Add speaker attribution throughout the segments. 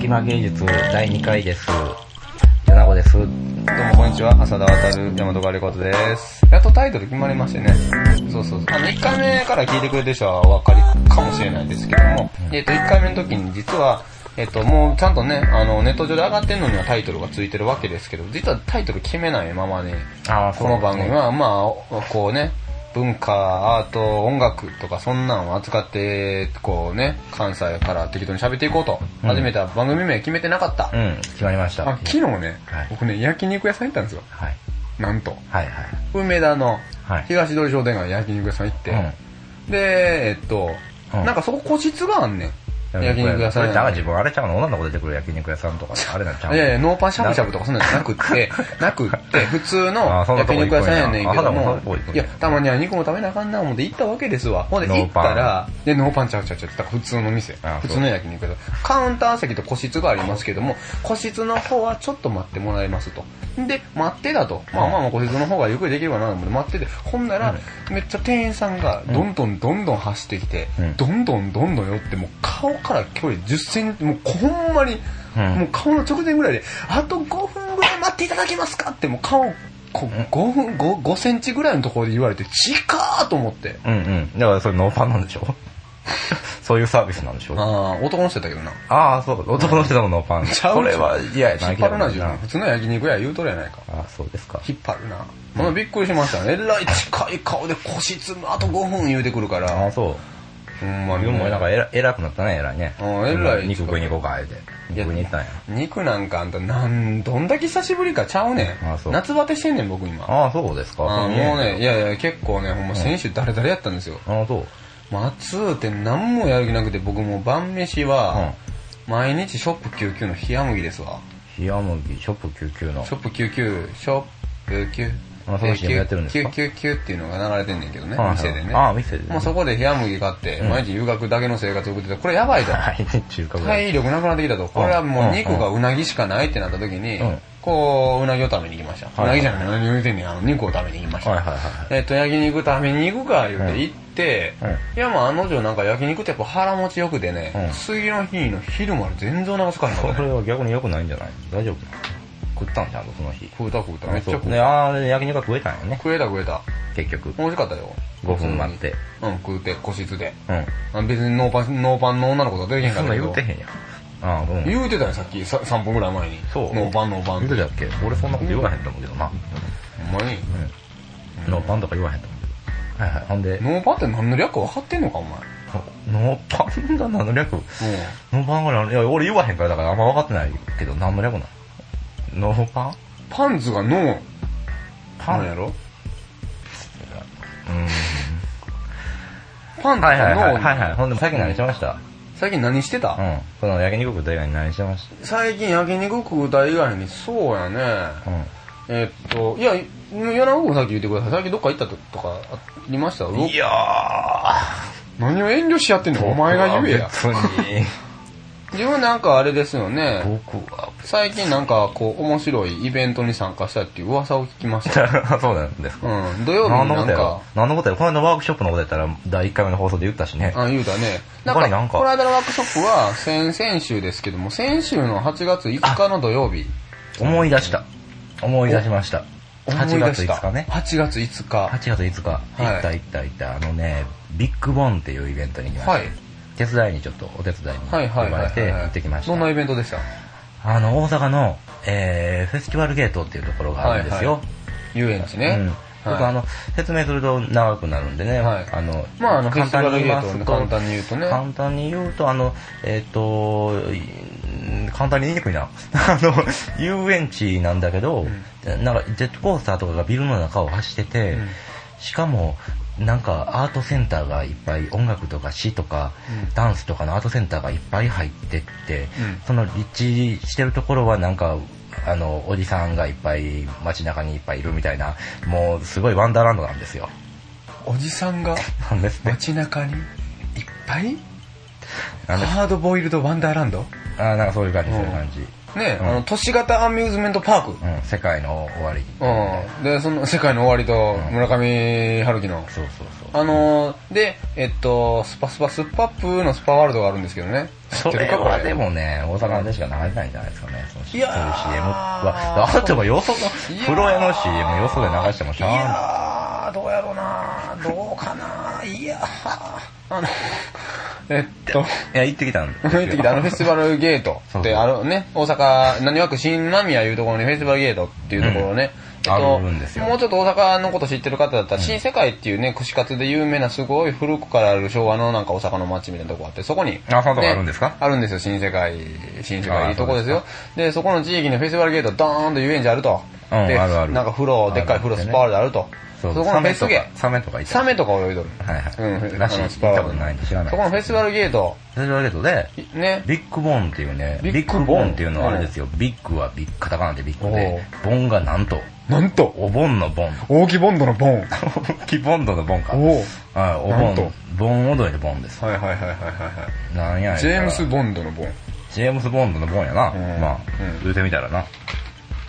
Speaker 1: 島芸術第2回です。米子です。
Speaker 2: どうもこんにちは、浅田渉、山戸ガレコトです。やっとタイトル決まりましてね。そうそうそう。あの、1回目から聞いてくれてる人はお分かりかもしれないですけども、えっ、と、1回目の時に実は、えっ、と、もうちゃんとね、あの、ネット上で上がってんのにはタイトルがついてるわけですけど、実はタイトル決めないままね、
Speaker 1: ああ、
Speaker 2: この番組
Speaker 1: は。
Speaker 2: は、まあ、こうね、文化、アート、音楽とかそんなんを扱って、こうね、関西から適当に喋っていこうと、
Speaker 1: うん
Speaker 2: 始めた番組名決めてなかった。
Speaker 1: うん、決まりました。
Speaker 2: あ
Speaker 1: は、
Speaker 2: 昨日ね、
Speaker 1: はい
Speaker 2: 僕ね、焼肉屋さん行ったんですよ。
Speaker 1: い。
Speaker 2: なんと。
Speaker 1: はい、はい。
Speaker 2: 梅田の
Speaker 1: はい
Speaker 2: 東通り商店街の焼肉屋さん行って、
Speaker 1: う
Speaker 2: で、えっと、
Speaker 1: うん
Speaker 2: なんかそこ個室があんねん。
Speaker 1: ん。
Speaker 2: 焼肉屋さ
Speaker 1: そ
Speaker 2: ん
Speaker 1: れってあ自分あれちゃうの女の子出てくる焼肉屋さんとか、あれなんちゃうの
Speaker 2: いやいや、ノーパンしゃぶしゃぶとかそんなんじゃなくって、なく って、普通の
Speaker 1: あそんなと
Speaker 2: 焼
Speaker 1: こ行くんや
Speaker 2: 肉屋さんやねんけど
Speaker 1: あそん
Speaker 2: も
Speaker 1: なとこ行くん、や
Speaker 2: いや、たまには肉も食べなあかんな思って行ったわけですわ。ほんで
Speaker 1: ノ
Speaker 2: 行
Speaker 1: ー
Speaker 2: っ
Speaker 1: パン
Speaker 2: たら、で、ノーパンちゃうちゃうちゃうって言ったら普通の店
Speaker 1: あ。そ
Speaker 2: 普
Speaker 1: う
Speaker 2: 通の焼肉屋さん。カウンター席と個室がありますけども、個室の方はちょっと待ってもらえますと。で、待ってだと。まあまあまあ個室の方がゆっくりできるかなと思って待ってて、ほんなら、めっちゃ店員さんがどんどんどんどん走ってきて
Speaker 1: うん、
Speaker 2: どんどんどんどん寄って、もう顔から距離10センチ、もうほんまに、
Speaker 1: うん
Speaker 2: もう顔の直前ぐらいで、あと5分ぐらい待っていただけますかって、もう顔、こう5分、5, 5センチぐらいのところで言われて、近ーと思って。
Speaker 1: うんうん。だからそれノーパンなんでし ょそういうサービスなんでしょあ
Speaker 2: ああ、男の人だったけどな。
Speaker 1: あー、そう。男の人でもノーパ ン。
Speaker 2: ちゃう
Speaker 1: それは嫌やな。
Speaker 2: 引っ張るな、
Speaker 1: 嫌
Speaker 2: 自
Speaker 1: や
Speaker 2: 分。普通の焼肉屋言うとるやないか。
Speaker 1: ああ、そうですか。
Speaker 2: 引っ張るな。もうびっくりしましたね。えらい近い顔で個室のあと5分言うてくるか
Speaker 1: ああ、
Speaker 2: ら。
Speaker 1: そう。
Speaker 2: ほんま
Speaker 1: 自
Speaker 2: に
Speaker 1: 分
Speaker 2: ね。
Speaker 1: もなんか偉偉くなったね、偉いね。
Speaker 2: あー偉い
Speaker 1: 肉食いに行こうか、言うて。肉食いに行ったんや。
Speaker 2: 肉なんかあんた、なん、どんだけ久しぶりかちゃうね。
Speaker 1: あーそうん
Speaker 2: 夏バテしてんねん、僕今。
Speaker 1: ああ、そうですか。
Speaker 2: あーもうね、い
Speaker 1: や。
Speaker 2: やいや、結構ね、ほんま先週誰々やったんですよ。
Speaker 1: ああ、そう。
Speaker 2: まあ、暑うて何もやる気なくて、僕もう晩飯は、毎日ショップ99の冷麦ですわ。
Speaker 1: 冷麦、ショップ99の
Speaker 2: シ。ョップ99、ショップ99。
Speaker 1: あその CM やってるんですか
Speaker 2: ?999 っていうのが流れてんねんけどね、
Speaker 1: はいはい
Speaker 2: 店でね。
Speaker 1: あ店でね
Speaker 2: もうそこで冷麦買って、
Speaker 1: ん
Speaker 2: 毎日留学だけの生活送ってた。これやばい と。
Speaker 1: はい、中華街。
Speaker 2: 体力なくなってきたと。これはもう肉
Speaker 1: うん
Speaker 2: がうなぎしかないってなった時に
Speaker 1: うん、
Speaker 2: こう、うなぎを食べに行きました。う
Speaker 1: はい
Speaker 2: な
Speaker 1: はい
Speaker 2: ぎじゃない、何を言うてんねん、あの肉を食べに行きました。
Speaker 1: はいはいはい。
Speaker 2: えっと、焼肉食べに行くか、言うて行って、
Speaker 1: うんうん
Speaker 2: いや、まあ、あの女なんか焼肉ってやっぱ腹持ちよくてね、
Speaker 1: うん
Speaker 2: 次の日の昼まで全然お腹すかへんかった
Speaker 1: そ
Speaker 2: ね。
Speaker 1: れは逆に良くないんじゃない大丈夫食ったんちゃんとその日。
Speaker 2: 食うた食うた。め
Speaker 1: あ
Speaker 2: っち
Speaker 1: そ
Speaker 2: ゃ
Speaker 1: う
Speaker 2: 食う
Speaker 1: ね、
Speaker 2: た。
Speaker 1: ああ、焼肉が食えたんやね。
Speaker 2: 食えた食えた。
Speaker 1: 結局。
Speaker 2: 美味しかったよ。
Speaker 1: 5分待って。
Speaker 2: うん、食うて、個室で。
Speaker 1: うん。
Speaker 2: あ別にノーパン、ノーパンの女の子とは出てへんか
Speaker 1: そ
Speaker 2: っ
Speaker 1: ん
Speaker 2: た
Speaker 1: な
Speaker 2: け
Speaker 1: ん言う
Speaker 2: ど
Speaker 1: て。へんやん。ああ、うん。言
Speaker 2: 言うてたよ、さっき、さ3分ぐらい前に。
Speaker 1: そう
Speaker 2: ノーパン、ノーパン
Speaker 1: う。てたっけ俺そんなこと言わへんと思うけどな。
Speaker 2: ほんまに。
Speaker 1: うん。ノーパンとか言わへんと思うけど。はいはい。ほんで、
Speaker 2: ノーパンって何の略か分かってんのか、お前。
Speaker 1: ノーパンが何の略
Speaker 2: うん。
Speaker 1: ノーパンが何の略いや、俺言わへんからだからあんま分かってないけど、何の略なのノーパン
Speaker 2: パンツがノー
Speaker 1: パ
Speaker 2: パ
Speaker 1: ン
Speaker 2: ンやろ
Speaker 1: うん。
Speaker 2: パンツ
Speaker 1: はいは
Speaker 2: が
Speaker 1: い
Speaker 2: ノ
Speaker 1: はい。
Speaker 2: ー。
Speaker 1: はいはい。ほんで、さっき何してました
Speaker 2: 最近何してた
Speaker 1: うん。その焼肉食った以外に何してまし
Speaker 2: 最近焼肉食うた以外に、そうやね。
Speaker 1: たうん。
Speaker 2: えっと、いや、柳子さっき言ってください。最近どっか行ったととかありました
Speaker 1: いや
Speaker 2: 何を遠慮しやってんのお前が言えや。
Speaker 1: 僕は別に。
Speaker 2: 自分なんかあれですよね。
Speaker 1: 僕は
Speaker 2: 最近なんかこう、面白いイベントに参加したっていう噂を聞きました。
Speaker 1: そうなんですか。
Speaker 2: うん、土曜日
Speaker 1: 何
Speaker 2: に
Speaker 1: のこ
Speaker 2: なん
Speaker 1: とやろ
Speaker 2: か、
Speaker 1: 何のことやろこの間ワークショップのことやったら第1回目の放送で言ったしね。
Speaker 2: あ、言うたね。なん
Speaker 1: 他
Speaker 2: か、
Speaker 1: になんか
Speaker 2: この間のワークショップは、先々週ですけども、先週の8月5日の土曜日。
Speaker 1: 思い出した。思い出しました。8月5日ね。
Speaker 2: 8月5日。
Speaker 1: 8月5日。行った行った行った。あのね、ビッグボンっていうイベントに行きました。
Speaker 2: はい。
Speaker 1: 手伝いにちょっとお手伝いに
Speaker 2: はい
Speaker 1: 呼
Speaker 2: はい
Speaker 1: ば
Speaker 2: は
Speaker 1: れ
Speaker 2: い。
Speaker 1: て行ってきました。
Speaker 2: どんなイベントでした
Speaker 1: あの、大阪の、えー、フェスティバルゲートっていうところがあるんですよ。
Speaker 2: 遊園地
Speaker 1: うん
Speaker 2: ね。
Speaker 1: ちょ
Speaker 2: はい
Speaker 1: っとあの、説明すると長くなるんでね、
Speaker 2: はい
Speaker 1: あの、
Speaker 2: まああの
Speaker 1: 簡単に言いま
Speaker 2: フェス
Speaker 1: す
Speaker 2: ティ
Speaker 1: と、
Speaker 2: バルゲートの簡単に言うとね
Speaker 1: 簡単に言うと、あの、えっ、と、い簡単に言いにくいな。 あの、遊園地なんだけど、なんかジェットコースターとかがビルの中を走ってて、
Speaker 2: うん
Speaker 1: しかも、なんかアートセンターがいっぱい音楽とか詩とか、
Speaker 2: うん
Speaker 1: ダンスとかのアートセンターがいっぱい入ってって、
Speaker 2: うん
Speaker 1: その立地してるところはなんか、あの、おじさんがいっぱい街中にいっぱいいるみたいな、もうすごいワンダーランドなんですよ。
Speaker 2: おじさんが
Speaker 1: なんです ね。
Speaker 2: 街中にいっぱい
Speaker 1: なんです
Speaker 2: ハードボイルドワンダーランド
Speaker 1: あーなんかそういう感じ、
Speaker 2: うん
Speaker 1: そういう感じ。
Speaker 2: ね、あの、都市型アミューズメントパーク。
Speaker 1: うん、世界の終わり。
Speaker 2: うん。で、その、世界の終わりと、村上春樹の。
Speaker 1: そうそうそう。
Speaker 2: あのー、で、えっと、スパスパスッパップのスパワールドがあるんですけどね。知
Speaker 1: そ
Speaker 2: ってる
Speaker 1: れ
Speaker 2: かこ
Speaker 1: は
Speaker 2: れ。
Speaker 1: でもね、大阪でしか流れないんじゃないですかね。その
Speaker 2: いやー
Speaker 1: そういう CM は。だってもうよその、プロへの CM よそで流してもし
Speaker 2: い
Speaker 1: ゃあ
Speaker 2: やー、どうやろうなどうかないやー、あの、えっと、
Speaker 1: ない。いや、行ってきたんですよ
Speaker 2: 行ってきたあのフェスティバルゲート
Speaker 1: そうそう
Speaker 2: って、あのね、大阪、何わく新間宮いうところにフェスティバルゲートっていうところをね、
Speaker 1: うん
Speaker 2: えっと
Speaker 1: あるんですよ
Speaker 2: もうちょっと大阪のこと知ってる方だったら、新世界っていうね、串カツで有名なすごい古くからある昭和のなんか大阪の街みたいなとこあって、そこに。
Speaker 1: あそんなとこ
Speaker 2: ね
Speaker 1: あるんですか
Speaker 2: あるんですよ、新世界。新世界、
Speaker 1: あ
Speaker 2: いいとこですよ。で、そこの地域にフェスティバルゲート、ドーンと遊園地あると。
Speaker 1: うん
Speaker 2: で
Speaker 1: あるある
Speaker 2: なんか風呂、でっかい風呂、
Speaker 1: あるある
Speaker 2: スパールであると。そ
Speaker 1: そう
Speaker 2: このフェスゲ
Speaker 1: サメとか、サメとかいた。
Speaker 2: サメとか泳いどる。
Speaker 1: はいはい。
Speaker 2: うん
Speaker 1: らしい。行
Speaker 2: あの
Speaker 1: っ
Speaker 2: スパワー
Speaker 1: た
Speaker 2: ル
Speaker 1: こ
Speaker 2: ド
Speaker 1: とないんで知らない。
Speaker 2: そこのフェスティバルゲート、
Speaker 1: それだけどね、
Speaker 2: いね、
Speaker 1: ビッグボーンっていうね、
Speaker 2: ビ
Speaker 1: ビ
Speaker 2: ッグ
Speaker 1: ッグボーンっていうのはあれですよ、ビッグはビッグ、カタカナでビッグで、ボンがなんと、
Speaker 2: なんと、
Speaker 1: お盆の ボン。
Speaker 2: 大木ボンドのボン。
Speaker 1: キボンドのボンか。
Speaker 2: おう
Speaker 1: はい、お
Speaker 2: なん
Speaker 1: 盆
Speaker 2: と、
Speaker 1: 盆踊りのボンです。
Speaker 2: はいはいはいはいは
Speaker 1: なんや
Speaker 2: い。ジェームス・ボンドのボン。
Speaker 1: ジェームズ・ボンドのボンやな。
Speaker 2: うん
Speaker 1: まあ
Speaker 2: うん、
Speaker 1: 言うてみたらな。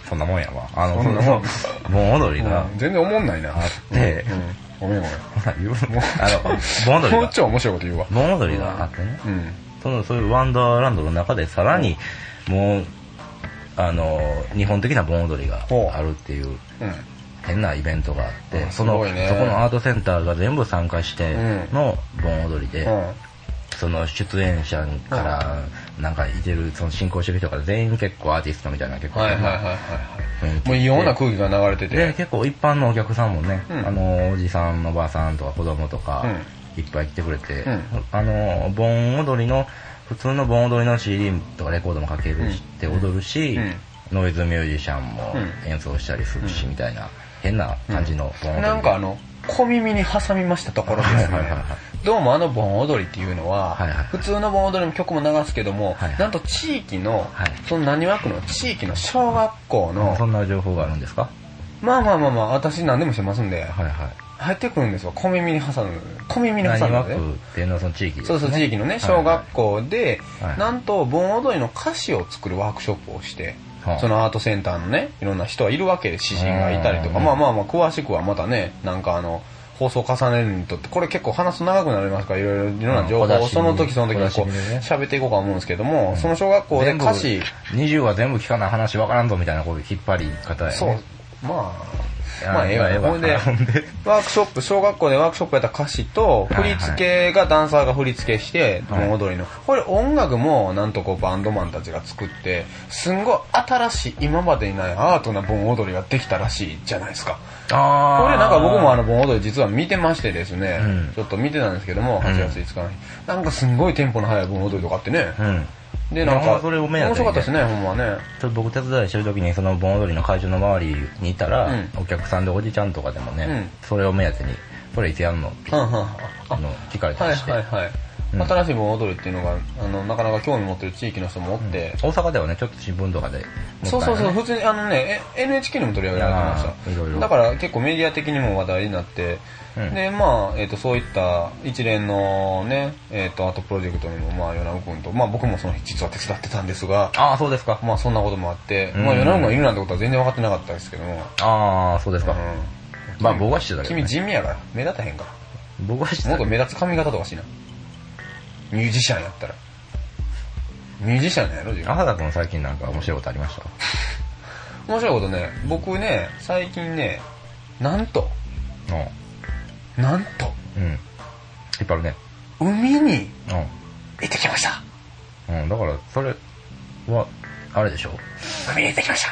Speaker 1: そんなもんやわ。あの、
Speaker 2: そ
Speaker 1: そ
Speaker 2: ん
Speaker 1: ん
Speaker 2: な
Speaker 1: なも
Speaker 2: もん
Speaker 1: ん、盆踊りが
Speaker 2: うん全然思んないな。
Speaker 1: あって
Speaker 2: うん、うんごめんご
Speaker 1: ほら、言うもんあの、盆踊
Speaker 2: めん。も
Speaker 1: り
Speaker 2: う
Speaker 1: が
Speaker 2: ちょい面白いこと言うわ。
Speaker 1: 盆踊りがあってね。
Speaker 2: うん。
Speaker 1: その、そういうワンダーランドの中でさらに、もう、あの、日本的な盆踊りが
Speaker 2: ほう
Speaker 1: あるっていう。
Speaker 2: う
Speaker 1: 変なイベントがあって、
Speaker 2: うん
Speaker 1: その、
Speaker 2: すごいね
Speaker 1: そこのアートセンターが全部参加して
Speaker 2: うん
Speaker 1: の盆踊りで、
Speaker 2: ん。うん。
Speaker 1: その出演者から、なんかいてる、その進行してる人から全員結構アーティストみたいな結構、
Speaker 2: はいはいはいはいはい。もう異様な空気が流れて
Speaker 1: で、
Speaker 2: て。
Speaker 1: 結構一般のお客さんもね、
Speaker 2: うん
Speaker 1: あの、おじさん、おばあさんとか子供とか、いっぱい来てくれて、
Speaker 2: うん
Speaker 1: あの、盆踊りの、普通の盆踊りの CD とかレコードもかけるし、って踊るし、
Speaker 2: うん
Speaker 1: ノイズミュージシャンも
Speaker 2: うん
Speaker 1: 演奏したりするし、みたいな、変な感じの盆踊りで。
Speaker 2: なんかあの、小耳に挟みましたところです
Speaker 1: はいはい
Speaker 2: ね
Speaker 1: はいはい。
Speaker 2: どうもあの盆踊りっていうのは
Speaker 1: はいはいはい、
Speaker 2: 普通の盆踊りの曲も流すけども
Speaker 1: はいは、い
Speaker 2: なんと地域の
Speaker 1: はい、
Speaker 2: その何枠の地域の小学校の
Speaker 1: そ、んな情報があるんですか
Speaker 2: まあまあまあまあ、私何でもしてますんで、
Speaker 1: はいはい。
Speaker 2: 入ってくるんですよ。小耳に挟む。小耳に
Speaker 1: 何
Speaker 2: 挟むの
Speaker 1: 枠
Speaker 2: で。
Speaker 1: っていうのはその地域です
Speaker 2: そうそう、地域のね、小学校で
Speaker 1: はいは、い
Speaker 2: なんと盆踊りの歌詞を作るワークショップをして
Speaker 1: は、あ
Speaker 2: そのアートセンターのね、いろんな人はいるわけで、詩人がいたりとか、
Speaker 1: うん
Speaker 2: まあまあまあ、詳しくはまたね、なんかあの、放送重ねるにとって、これ結構話すと長くなりますから、いろいろ、いろんな情
Speaker 1: うん小
Speaker 2: 報を
Speaker 1: 出し
Speaker 2: その時その時にこ
Speaker 1: 小
Speaker 2: う
Speaker 1: 出しにね、
Speaker 2: 喋っていこうか思うんですけども、その小学校で歌
Speaker 1: 全
Speaker 2: 詞、
Speaker 1: 部20は全部聞かない話わからんぞみたいなこういう引っ張り方やね。
Speaker 2: そう、まあ、
Speaker 1: や
Speaker 2: まあ、ええわ、
Speaker 1: ええわ
Speaker 2: ほんで
Speaker 1: ほんで、
Speaker 2: ワークショップ、小学校でワークショップやった歌詞と、振
Speaker 1: はい
Speaker 2: り付けがダンサーが振り付けして、
Speaker 1: はい
Speaker 2: 盆踊りの。これ音楽も、なんとこうバンドマンたちが作って、すんごい新しい、今までにないアートな盆踊りができたらしいじゃないですか。
Speaker 1: あー
Speaker 2: これなんか僕もあの、盆踊り実は見てましてですね、
Speaker 1: うん
Speaker 2: ちょっと見てたんですけども、
Speaker 1: ん
Speaker 2: 8月5日の日。なんかすんごいテンポの速い盆踊りとかあってね。
Speaker 1: うん。
Speaker 2: で、な
Speaker 1: いや
Speaker 2: ん
Speaker 1: ほん
Speaker 2: か、
Speaker 1: まそれお目当てにね
Speaker 2: 面白かったですね、ほんまね。
Speaker 1: ちょっと僕手伝いしてる時にその盆踊りの会場の周りにいたら、
Speaker 2: うん
Speaker 1: お客さんでおじちゃんとかでもね、
Speaker 2: うん
Speaker 1: それを目当てに、それいつやんのって、
Speaker 2: はんはん
Speaker 1: あ
Speaker 2: はんあ
Speaker 1: の、聞かれた
Speaker 2: はい
Speaker 1: りして。
Speaker 2: はいはい。
Speaker 1: うん
Speaker 2: 新しい盆踊りっていうのが、あの、なかなか興味持ってる地域の人もおって、
Speaker 1: 大阪ではね、ちょっと新聞とかで、
Speaker 2: そうそうそう、
Speaker 1: もっ
Speaker 2: 普通にあのね、え NHK にも取り上げられてま
Speaker 1: あーいろ
Speaker 2: し
Speaker 1: い
Speaker 2: た。
Speaker 1: ろ
Speaker 2: だから結構メディア的にも話題になって、
Speaker 1: うん
Speaker 2: で、まあ、えっ、と、そういった一連のね、えっ、と、アートプロジェクトにも、まあ、ヨナウ君と、まあ僕もその日実は手伝ってたんですが、
Speaker 1: たいなね。ああ、そうですか。
Speaker 2: まあそんなこともあって、
Speaker 1: うん
Speaker 2: まあヨナウ君がいるなんてことは全然分かってなかったですけども、
Speaker 1: ああ、そうです
Speaker 2: う
Speaker 1: か。
Speaker 2: ん
Speaker 1: まあ僕は知ってたけど、
Speaker 2: 君
Speaker 1: ね。
Speaker 2: 地味やから、目立たへんから。
Speaker 1: 僕は知って
Speaker 2: もった
Speaker 1: けど。
Speaker 2: と目立つ髪型とかしな。ミュージシャンやったら。ミュージシャンなんやろ、自分。
Speaker 1: 浅田君最近なんか面白いことありました
Speaker 2: 面白いことね、僕ね、最近ね、なんと、
Speaker 1: う
Speaker 2: なんと、
Speaker 1: ん。うん。引っ張るね。
Speaker 2: 海に
Speaker 1: う
Speaker 2: 行ってきました。
Speaker 1: ん。うん。だから、それは、あれでしょ
Speaker 2: 海に行ってきまし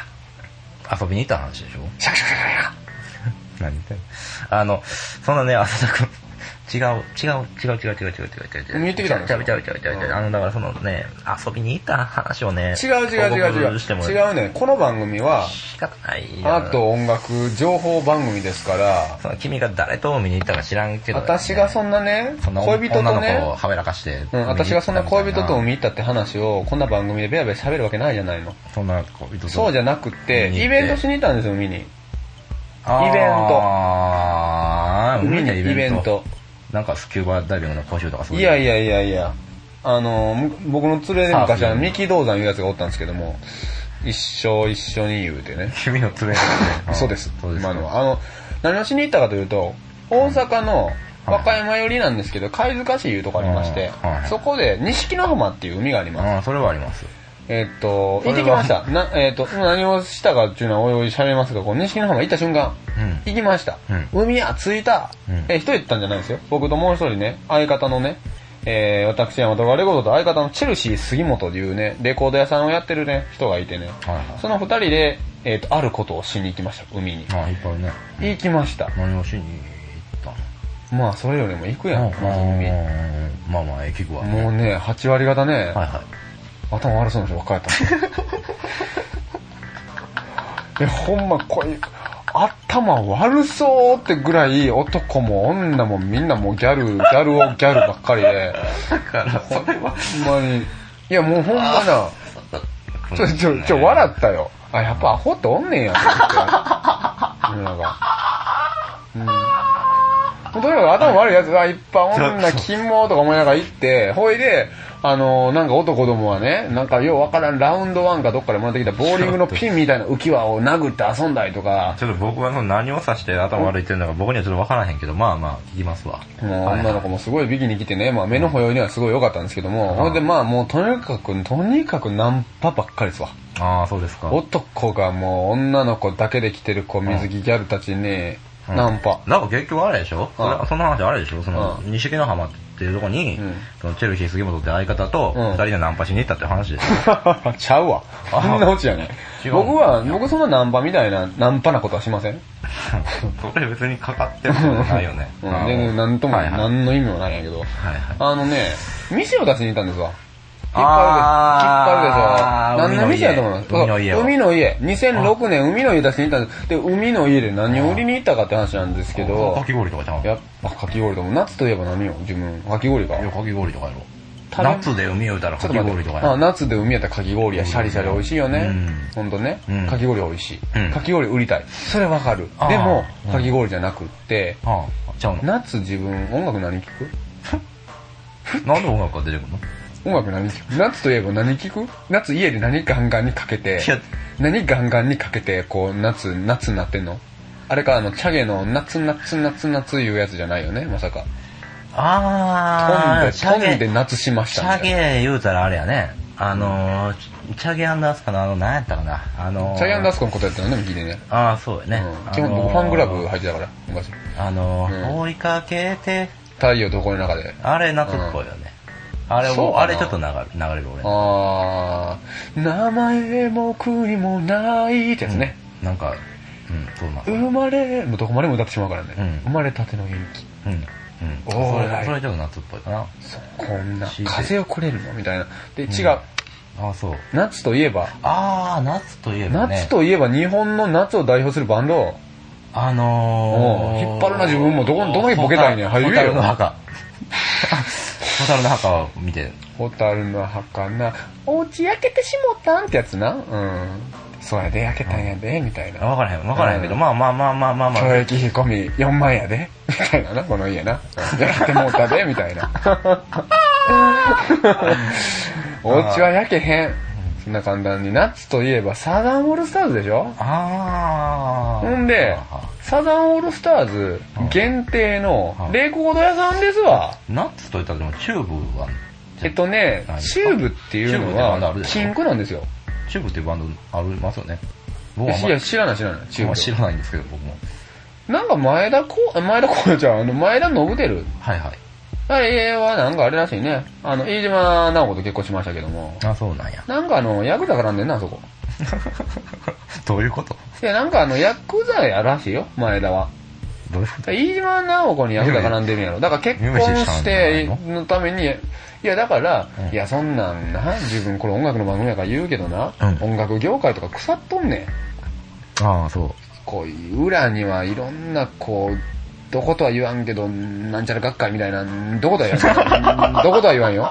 Speaker 2: た。
Speaker 1: 遊びに行った話でしょ
Speaker 2: シャカシャカシャカシャカ。
Speaker 1: 何言ってんのあの、そんなね、浅田君。違う、違う、違う、違う、違う、違う、違う、違う。
Speaker 2: 見えてきたんですよ
Speaker 1: 違う、違う、違う、違う違う。あの、だからそのね、遊びに行った話をね、
Speaker 2: 違う違う違う違
Speaker 1: 報告しても
Speaker 2: う。違うね、この番組は、
Speaker 1: 仕方ない
Speaker 2: ア
Speaker 1: やん
Speaker 2: ート音楽情報番組ですから、
Speaker 1: その君が誰と見に行ったか知らんけど、
Speaker 2: 私がそ
Speaker 1: ん
Speaker 2: んなね、
Speaker 1: そんな
Speaker 2: 恋人
Speaker 1: 女の子
Speaker 2: と
Speaker 1: を
Speaker 2: ね、
Speaker 1: はべらかして、
Speaker 2: うん、私がそんな恋人と
Speaker 1: 見に行ったみたい
Speaker 2: 海行ったって話を、こんな番組でベラベラ喋るわけないじゃないの。
Speaker 1: なそんな恋人と。
Speaker 2: そうじゃなくて、イベントしに行ったんですよ、海に。イベント
Speaker 1: あー
Speaker 2: 海に
Speaker 1: 海
Speaker 2: イ
Speaker 1: のイ
Speaker 2: ベ
Speaker 1: ベン
Speaker 2: ン
Speaker 1: ト。
Speaker 2: ト。
Speaker 1: なんかスキューバダイビングの講習とかそういう。
Speaker 2: いやいやいやいや、あの、む僕の連れで昔、あの、三木銅山いうやつがおったんですけども、一生一緒に言うてね。
Speaker 1: 君の連れですね。
Speaker 2: そうです。
Speaker 1: そうです。
Speaker 2: 今のは。あの、何をしに行ったかというと、大阪の和歌山寄りなんですけど、貝塚市いうとこありまして
Speaker 1: うんはい、
Speaker 2: そこで錦の浜っていう海があります。
Speaker 1: ああ、それはあります。
Speaker 2: えっと、
Speaker 1: そ
Speaker 2: 行っ
Speaker 1: れ
Speaker 2: て
Speaker 1: は
Speaker 2: きました。な、えっと、何をしたかっていうのはおいおい喋りますが、こう、錦の浜行った瞬間、
Speaker 1: うん。
Speaker 2: 行きました。海や、着いた。
Speaker 1: うん
Speaker 2: え、一人行ったんじゃないですよ。僕ともう一人ね、相方のね、えー、私山戸川レコードと相方のチェルシー杉本というね、レコード屋さんをやってるね、人がいてね、
Speaker 1: はいはい
Speaker 2: その二人で、えっ、と、あることをしに行きました、海に。
Speaker 1: ああ、いっぱいね。
Speaker 2: 行きました。
Speaker 1: 何をしに行っ
Speaker 2: まあ、それよりも行く
Speaker 1: た
Speaker 2: やん、
Speaker 1: の
Speaker 2: まず海。
Speaker 1: うんまあまあ、ええ聞くわ。
Speaker 2: もうね、8割方ね、
Speaker 1: はいはい。
Speaker 2: 頭悪そうな人ばっかりや った。え、ほんま、これ、頭悪そうってぐらい、男も女もみんなもうギャル、ギャルをギャルばっかりで、
Speaker 1: だから、それは。
Speaker 2: ほんまに。いや、もうほんまな、ちょ、ちょ、ちょ、笑ったよ。あ、やっぱアホっておんねんや、と思って。世の中。うん。とにかく頭悪いやつがいっぱい女、金毛とか思いながら行って、ほいで、あのなんか男どもはね、なんかようわからんラウンドワンかどっかでもらってきたボーリングのピンみたいな浮き輪を殴って遊んだりとか、
Speaker 1: ちょっと僕はその何を指して頭悪いっていうのが僕にはちょっと分からへんけど、まあまあ、聞きますわ。
Speaker 2: もう
Speaker 1: はい
Speaker 2: 女の子もすごいビキに来てね、まあ目の保養にはすごい良かったんですけども、ほいでまあもうとにかく、とにかくナンパばっかりですわ。
Speaker 1: ああ、そうですか。
Speaker 2: 男がもう女の子だけで来てる子水着ギャルたちに
Speaker 1: うん
Speaker 2: ナン パ、
Speaker 1: なんか結局あれでしょそ
Speaker 2: うん
Speaker 1: れその話あれでしょその、
Speaker 2: う
Speaker 1: 西木の浜っていうとこに、
Speaker 2: うん
Speaker 1: そのチェルシー杉本って相方と、
Speaker 2: うん
Speaker 1: 二人でナンパしに行ったって話 でしょ
Speaker 2: ちゃうわあんなオチやね
Speaker 1: 違う
Speaker 2: 僕は僕そんなナンパみたいなナンパなことはしません、
Speaker 1: それ別にかかってることじゃないよね。
Speaker 2: う
Speaker 1: あ
Speaker 2: ん、
Speaker 1: の
Speaker 2: で何とも
Speaker 1: はいはい
Speaker 2: 何の意味もないんやけど、
Speaker 1: はいはい
Speaker 2: あのね店を出しに行ったんですわ引っ
Speaker 1: あー
Speaker 2: 張るでしょ。引っ張るでしょ。何の店やと思います
Speaker 1: 海の家を
Speaker 2: 海の家。2006年海の家出しに行ったんです。で、海の家で何を売りに行ったかって話なんですけど
Speaker 1: か、き氷とかちゃうんいや、
Speaker 2: やっぱかき氷でも、夏といえば何よ、自分。かき氷か。
Speaker 1: かき氷とかやろ。
Speaker 2: 食べ
Speaker 1: 夏で海を打たら
Speaker 2: ちょ
Speaker 1: か
Speaker 2: っ
Speaker 1: き
Speaker 2: と待っ
Speaker 1: 氷
Speaker 2: て
Speaker 1: とか
Speaker 2: あ
Speaker 1: やろ。
Speaker 2: 夏で海やったらかき氷や、シャリシャリ美味しいよね
Speaker 1: うん。
Speaker 2: ほんとね
Speaker 1: うん。
Speaker 2: かき氷美味しい
Speaker 1: うん。
Speaker 2: かき氷売りたい。それわかる
Speaker 1: あ。ー
Speaker 2: でも
Speaker 1: う、ん
Speaker 2: かき氷じゃなくって、
Speaker 1: ああ、ちゃうの。
Speaker 2: 夏自分、音楽何聞く
Speaker 1: なんで音楽が出てくるの
Speaker 2: 音楽何聞く夏といえば何聞く夏家で何ガンガンにかけて
Speaker 1: いや、
Speaker 2: 何ガンガンにかけて、こう、夏、夏になってんのあれか、あの、チャゲの夏夏夏夏いうやつじゃないよね、まさか。
Speaker 1: あ
Speaker 2: 飛ん
Speaker 1: あ、
Speaker 2: で、飛んで夏しまし
Speaker 1: チ
Speaker 2: たみた
Speaker 1: ャ
Speaker 2: いな。
Speaker 1: ゲ言うたらあれやね。あのー、チチャゲアンダースかなあの、何やったかなあのー、
Speaker 2: チャゲアンダー
Speaker 1: ス
Speaker 2: スコのことやったら何でも聞いてね。
Speaker 1: ああ、そうやね
Speaker 2: うん。基本僕ファンクラブ入ってたから、昔。
Speaker 1: あのー、
Speaker 2: うん
Speaker 1: 追いかけて、
Speaker 2: 太陽とこの中で。
Speaker 1: あれ夏っぽいよね。あれ
Speaker 2: そう
Speaker 1: も、
Speaker 2: かな
Speaker 1: あれちょっと流れ流れる俺。
Speaker 2: あー、名前も悔いもないってやつね。
Speaker 1: なんか、うん、そうなん。
Speaker 2: 生まれ、もうどこまでも歌ってしまうからね。
Speaker 1: うん
Speaker 2: 生まれたての元気。
Speaker 1: うん。うん。
Speaker 2: お
Speaker 1: そ
Speaker 2: ー
Speaker 1: れ、それちょっと夏っぽいかな。
Speaker 2: こんな、
Speaker 1: CD
Speaker 2: 風をくれるのみたいな。で、違う。
Speaker 1: ああ、そう。
Speaker 2: 夏といえば、
Speaker 1: ああ、夏といえばね。
Speaker 2: 夏といえば日本の夏を代表するバンド。
Speaker 1: あの
Speaker 2: おう
Speaker 1: ー、
Speaker 2: 引っ張るな自分もどこどの日ボケたいねん
Speaker 1: ホタル
Speaker 2: 早いよ
Speaker 1: ホタルの墓。 ホタルの墓を見て。
Speaker 2: ホタルの儚、お家焼けてしもったんってやつな。うん。そうやで、焼けたんやで、みたいな。
Speaker 1: わからへん、わからへんけど、
Speaker 2: うん
Speaker 1: まあまあまあまあまあま
Speaker 2: 教
Speaker 1: あ。
Speaker 2: 育費込み4万やで、みたいなな、この 家な。焼けてもうたで、みたいな。お家は焼けへん。そんな簡単に。夏といえばサザンオールスターズでしょ
Speaker 1: あー。
Speaker 2: ほんで、サザンオールスターズ限定のレコード屋さんですわ。
Speaker 1: 夏といったらでもチューブは、
Speaker 2: えっとね
Speaker 1: は、い
Speaker 2: チューブってい
Speaker 1: チ
Speaker 2: うの
Speaker 1: ューブってまだある
Speaker 2: は
Speaker 1: でしょ
Speaker 2: 禁句なんですよ。
Speaker 1: チューブっていうバンドありますよね。僕はあん
Speaker 2: い
Speaker 1: まり
Speaker 2: や、知らない知らない、チ
Speaker 1: あん
Speaker 2: ュ
Speaker 1: まり知
Speaker 2: ー
Speaker 1: らないんですけど、僕も。
Speaker 2: ブ。なんか前田こう、前田こうちゃん、あの前田信輝
Speaker 1: はいはい。
Speaker 2: あれはなんかあれらしいね。あの、飯島直子と結婚しましたけども。
Speaker 1: あ、そうなんや。
Speaker 2: なんかあの、ヤクザ絡んでんな、あそこ。
Speaker 1: どういうこと
Speaker 2: いや、なんかあの、ヤクザやらしいよ、前田は。
Speaker 1: どういうこと
Speaker 2: 飯島直子にヤクザ絡んでるんやろ。だから結婚して、のために、いや、だから、
Speaker 1: うん
Speaker 2: いや、そんなんな、自分これ音楽の番組やから言うけどな、
Speaker 1: うん
Speaker 2: 音楽業界とか腐っとんねん。
Speaker 1: ああ、そう。
Speaker 2: こういう裏にはいろんなこう、どことは言わんけど、なんちゃら学会みたいな、どことは言 わん。どことは言わんよ。ど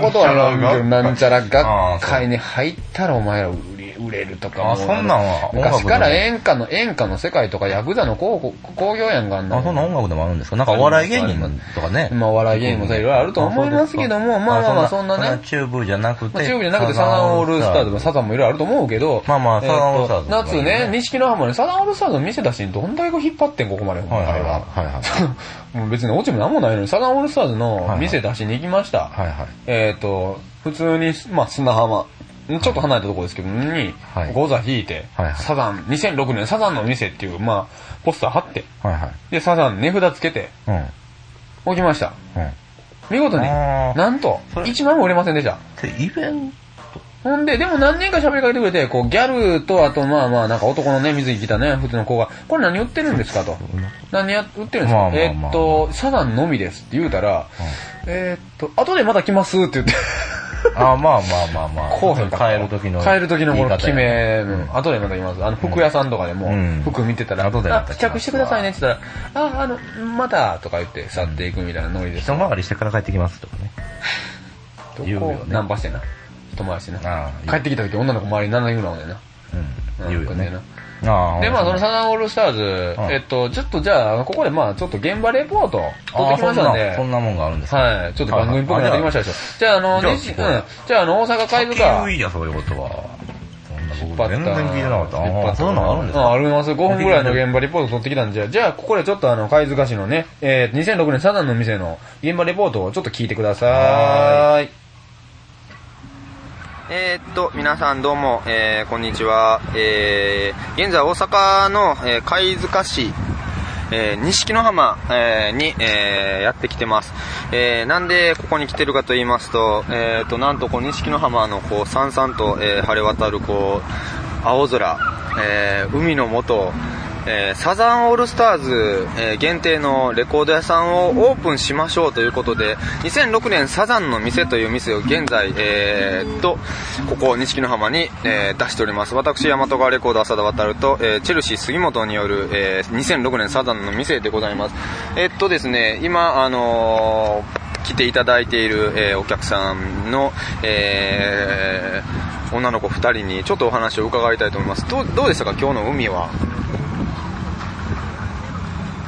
Speaker 2: ことは言わんけど、なんちゃら学会に入ったらお前ら売り売れるとか
Speaker 1: あ
Speaker 2: もう
Speaker 1: そんなんは
Speaker 2: 昔
Speaker 1: 音楽でも
Speaker 2: から演歌の、演歌の世界とか、ヤクザの工工業やんかあんな
Speaker 1: あ、
Speaker 2: も
Speaker 1: そんな音楽でもあるんですかなんかお笑い芸人とかね。
Speaker 2: まあお笑い芸人もさいろいろあると思いますけどもまあまあまあそんなね
Speaker 1: チューブじゃなく
Speaker 2: まあ、
Speaker 1: て。
Speaker 2: 中国じゃなくてサザンオールスターズもサ
Speaker 1: サ
Speaker 2: ザンもいろいろあると思うけど、
Speaker 1: まあまあ
Speaker 2: えと
Speaker 1: サザンオールスターズも
Speaker 2: 夏ね、錦野浜にサザンオールスターズの店出しにどんだけ引っ張ってん、ここまで、今
Speaker 1: はいはい
Speaker 2: 回
Speaker 1: はい
Speaker 2: は。
Speaker 1: はいはい。
Speaker 2: もう別にオチもなんもないのに、サザンオールスターズの店出しに行きました。
Speaker 1: はいはい。
Speaker 2: えっ、と、普通に、まあ、砂浜、ちょっと離れたところですけど、に
Speaker 1: はい、
Speaker 2: ゴザ引いて、
Speaker 1: はいはい
Speaker 2: サザン、2006年サザンの店っていう、まあ、ポスター貼って、
Speaker 1: はいはい。
Speaker 2: で、サザン値札つけて、
Speaker 1: うん。
Speaker 2: 置きました。
Speaker 1: うん。
Speaker 2: 見事に、
Speaker 1: あー
Speaker 2: なんと、
Speaker 1: それ
Speaker 2: 1万も売れませんでした。
Speaker 1: で、イベン
Speaker 2: ほんで、でも何人か喋りかけてくれて、こう、ギャルと、あと、まあまあ、なんか男のね、水着着たね、普通の子が、これ何売ってるんですかと。何や、売ってるんですか、
Speaker 1: まあまあまあ
Speaker 2: えーっと、サザンのみですって言うたら、えーっと、後でまた来ますって言って、
Speaker 1: ト。あ、まあまあまあまあ。
Speaker 2: こうへんかった
Speaker 1: 帰る時 の。
Speaker 2: 帰る時のこの決
Speaker 1: 言い方
Speaker 2: め、
Speaker 1: や
Speaker 2: う
Speaker 1: ね
Speaker 2: ん後でまた来ます。あの、服屋さんとかでも
Speaker 1: うん、
Speaker 2: 服見てたら、
Speaker 1: 後でま
Speaker 2: あ
Speaker 1: た来ます
Speaker 2: 試着してくださいねって言ったら、あ、あの、また、とか言って去っていくみたいなノリです。
Speaker 1: 一回りしてから帰ってきますとかね。言うよね
Speaker 2: ナンパしてな。一回りして
Speaker 1: あ
Speaker 2: な。
Speaker 1: あ
Speaker 2: 帰ってきた時女の子周りに7人ぐらいおんねんな。
Speaker 1: うん。言うよ
Speaker 2: ん
Speaker 1: ね
Speaker 2: な。。
Speaker 1: ああ。
Speaker 2: で、まあ、そのサザンオールスターズ、
Speaker 1: うん
Speaker 2: えっと、ちょっとじゃああの、ここでまあ、ちょっと現場レポート、取ってきましたんで、
Speaker 1: あーそんな、そんなもんがあるんですか
Speaker 2: はい、ちょっと番組っぽくなってきましたでしょ。じゃあ、あの、
Speaker 1: じゃあ
Speaker 2: 西うん
Speaker 1: ここで、
Speaker 2: じゃあ、あの、大阪海部か
Speaker 1: 急、いいじゃん、そういうことは。そんな
Speaker 2: 引っ張
Speaker 1: 僕
Speaker 2: った
Speaker 1: 全然聞いてなかった。
Speaker 2: 引っ張
Speaker 1: あ
Speaker 2: っ
Speaker 1: あ、
Speaker 2: た
Speaker 1: そういうのあるんですか
Speaker 2: あります。5分ぐらいの現場レポート取ってきたんでじゃあ、じゃあ、ここでちょっとあの、貝塚市のね、えー、2006年サザンの店の現場レポートをちょっと聞いてくださ。
Speaker 1: はい
Speaker 3: えーっと、皆さんどうも、えーこんにちは。えー現在大阪の、えー貝塚市、えー錦の浜、えーに、えーやってきてます。えーなんでここに来てるかと言いますと、えーっと、なんとこう錦の浜のこう、さんさんと、えー晴れ渡るこう、青空、えー海のもと、えーサザンオールスターズ、えー限定のレコード屋さんをオープンしましょうということで2006年サザンの店という店を現在、えーっとここ錦の浜に、えー出しております私大和川レコード浅田渉と、えーチェルシー杉本による、えー2006年サザンの店でございますえーっとですね今あのー来ていただいている、えーお客さんの、えー女の子2人にちょっとお話を伺いたいと思いますどうどうでしたか今日の海は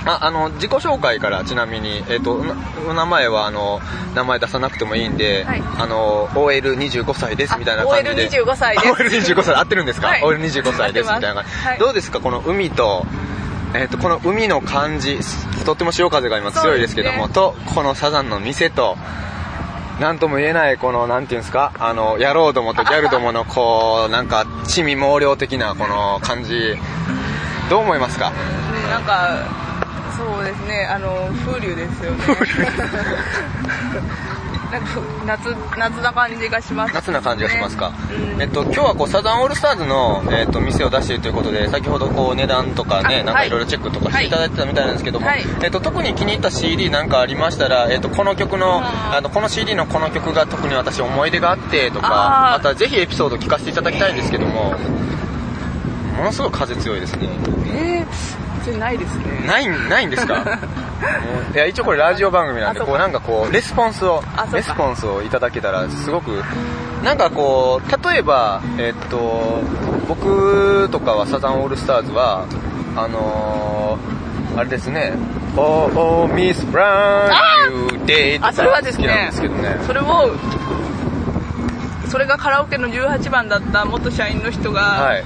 Speaker 3: ああの自己紹介からちなみに、えっとおなお名前はあの名前出さなくてもいいんで、
Speaker 4: はい
Speaker 3: あの OL25 歳ですみたいな感じで
Speaker 4: あ OL25 歳 です
Speaker 3: OL25 歳合ってるんですか、
Speaker 4: はい
Speaker 3: OL25 歳ですみたいな感
Speaker 4: 合ってま
Speaker 3: じ、
Speaker 4: すはい
Speaker 3: どうですかこの海と,、えっとこの海の感じとっても潮風が今強いですけども、
Speaker 4: そうですね
Speaker 3: とこのサザンの店となんとも言えないこのなんていうんですかあの野郎ど もとギャルどものこうなんか地味猛量的なこの感じどう思いますか
Speaker 4: うんなんかそうですねあの風流ですよね なんか夏夏な感じがします
Speaker 3: 夏な感じがしますか、
Speaker 4: ね
Speaker 3: えっと、今日はこうサザンオールスターズの、えっと、店を出しているということで先ほどこう値段とかね
Speaker 4: あ
Speaker 3: なんか
Speaker 4: はい
Speaker 3: いろいろチェックとかしていただいてたみたいなんですけども、
Speaker 4: はい
Speaker 3: えっと、特に気に入った CD なんかありましたら、えっと、この曲のあのこの CD のこの曲が特に私思い出があってとか
Speaker 4: あー
Speaker 3: またぜひエピソード聞かせていただきたいんですけどもものすごい風強いですね
Speaker 4: えー、それないですね
Speaker 3: ないないんですか いや一応これラジオ番組なんで
Speaker 4: あそうか
Speaker 3: こうなんかこうレスポンスを
Speaker 4: あそうか
Speaker 3: レスポンスをいただけたらすごくなんかこう例えばえっと僕とかはサザンオールスターズはあのーあれですね「Oh, oh Miss Brown
Speaker 4: あ
Speaker 3: You Day」
Speaker 4: あ
Speaker 3: と
Speaker 4: それ
Speaker 3: か
Speaker 4: は
Speaker 3: 好
Speaker 4: です
Speaker 3: きなん
Speaker 4: ね
Speaker 3: ですけどね
Speaker 4: それをそれがカラオケの18番だった元社員の人が、
Speaker 3: はい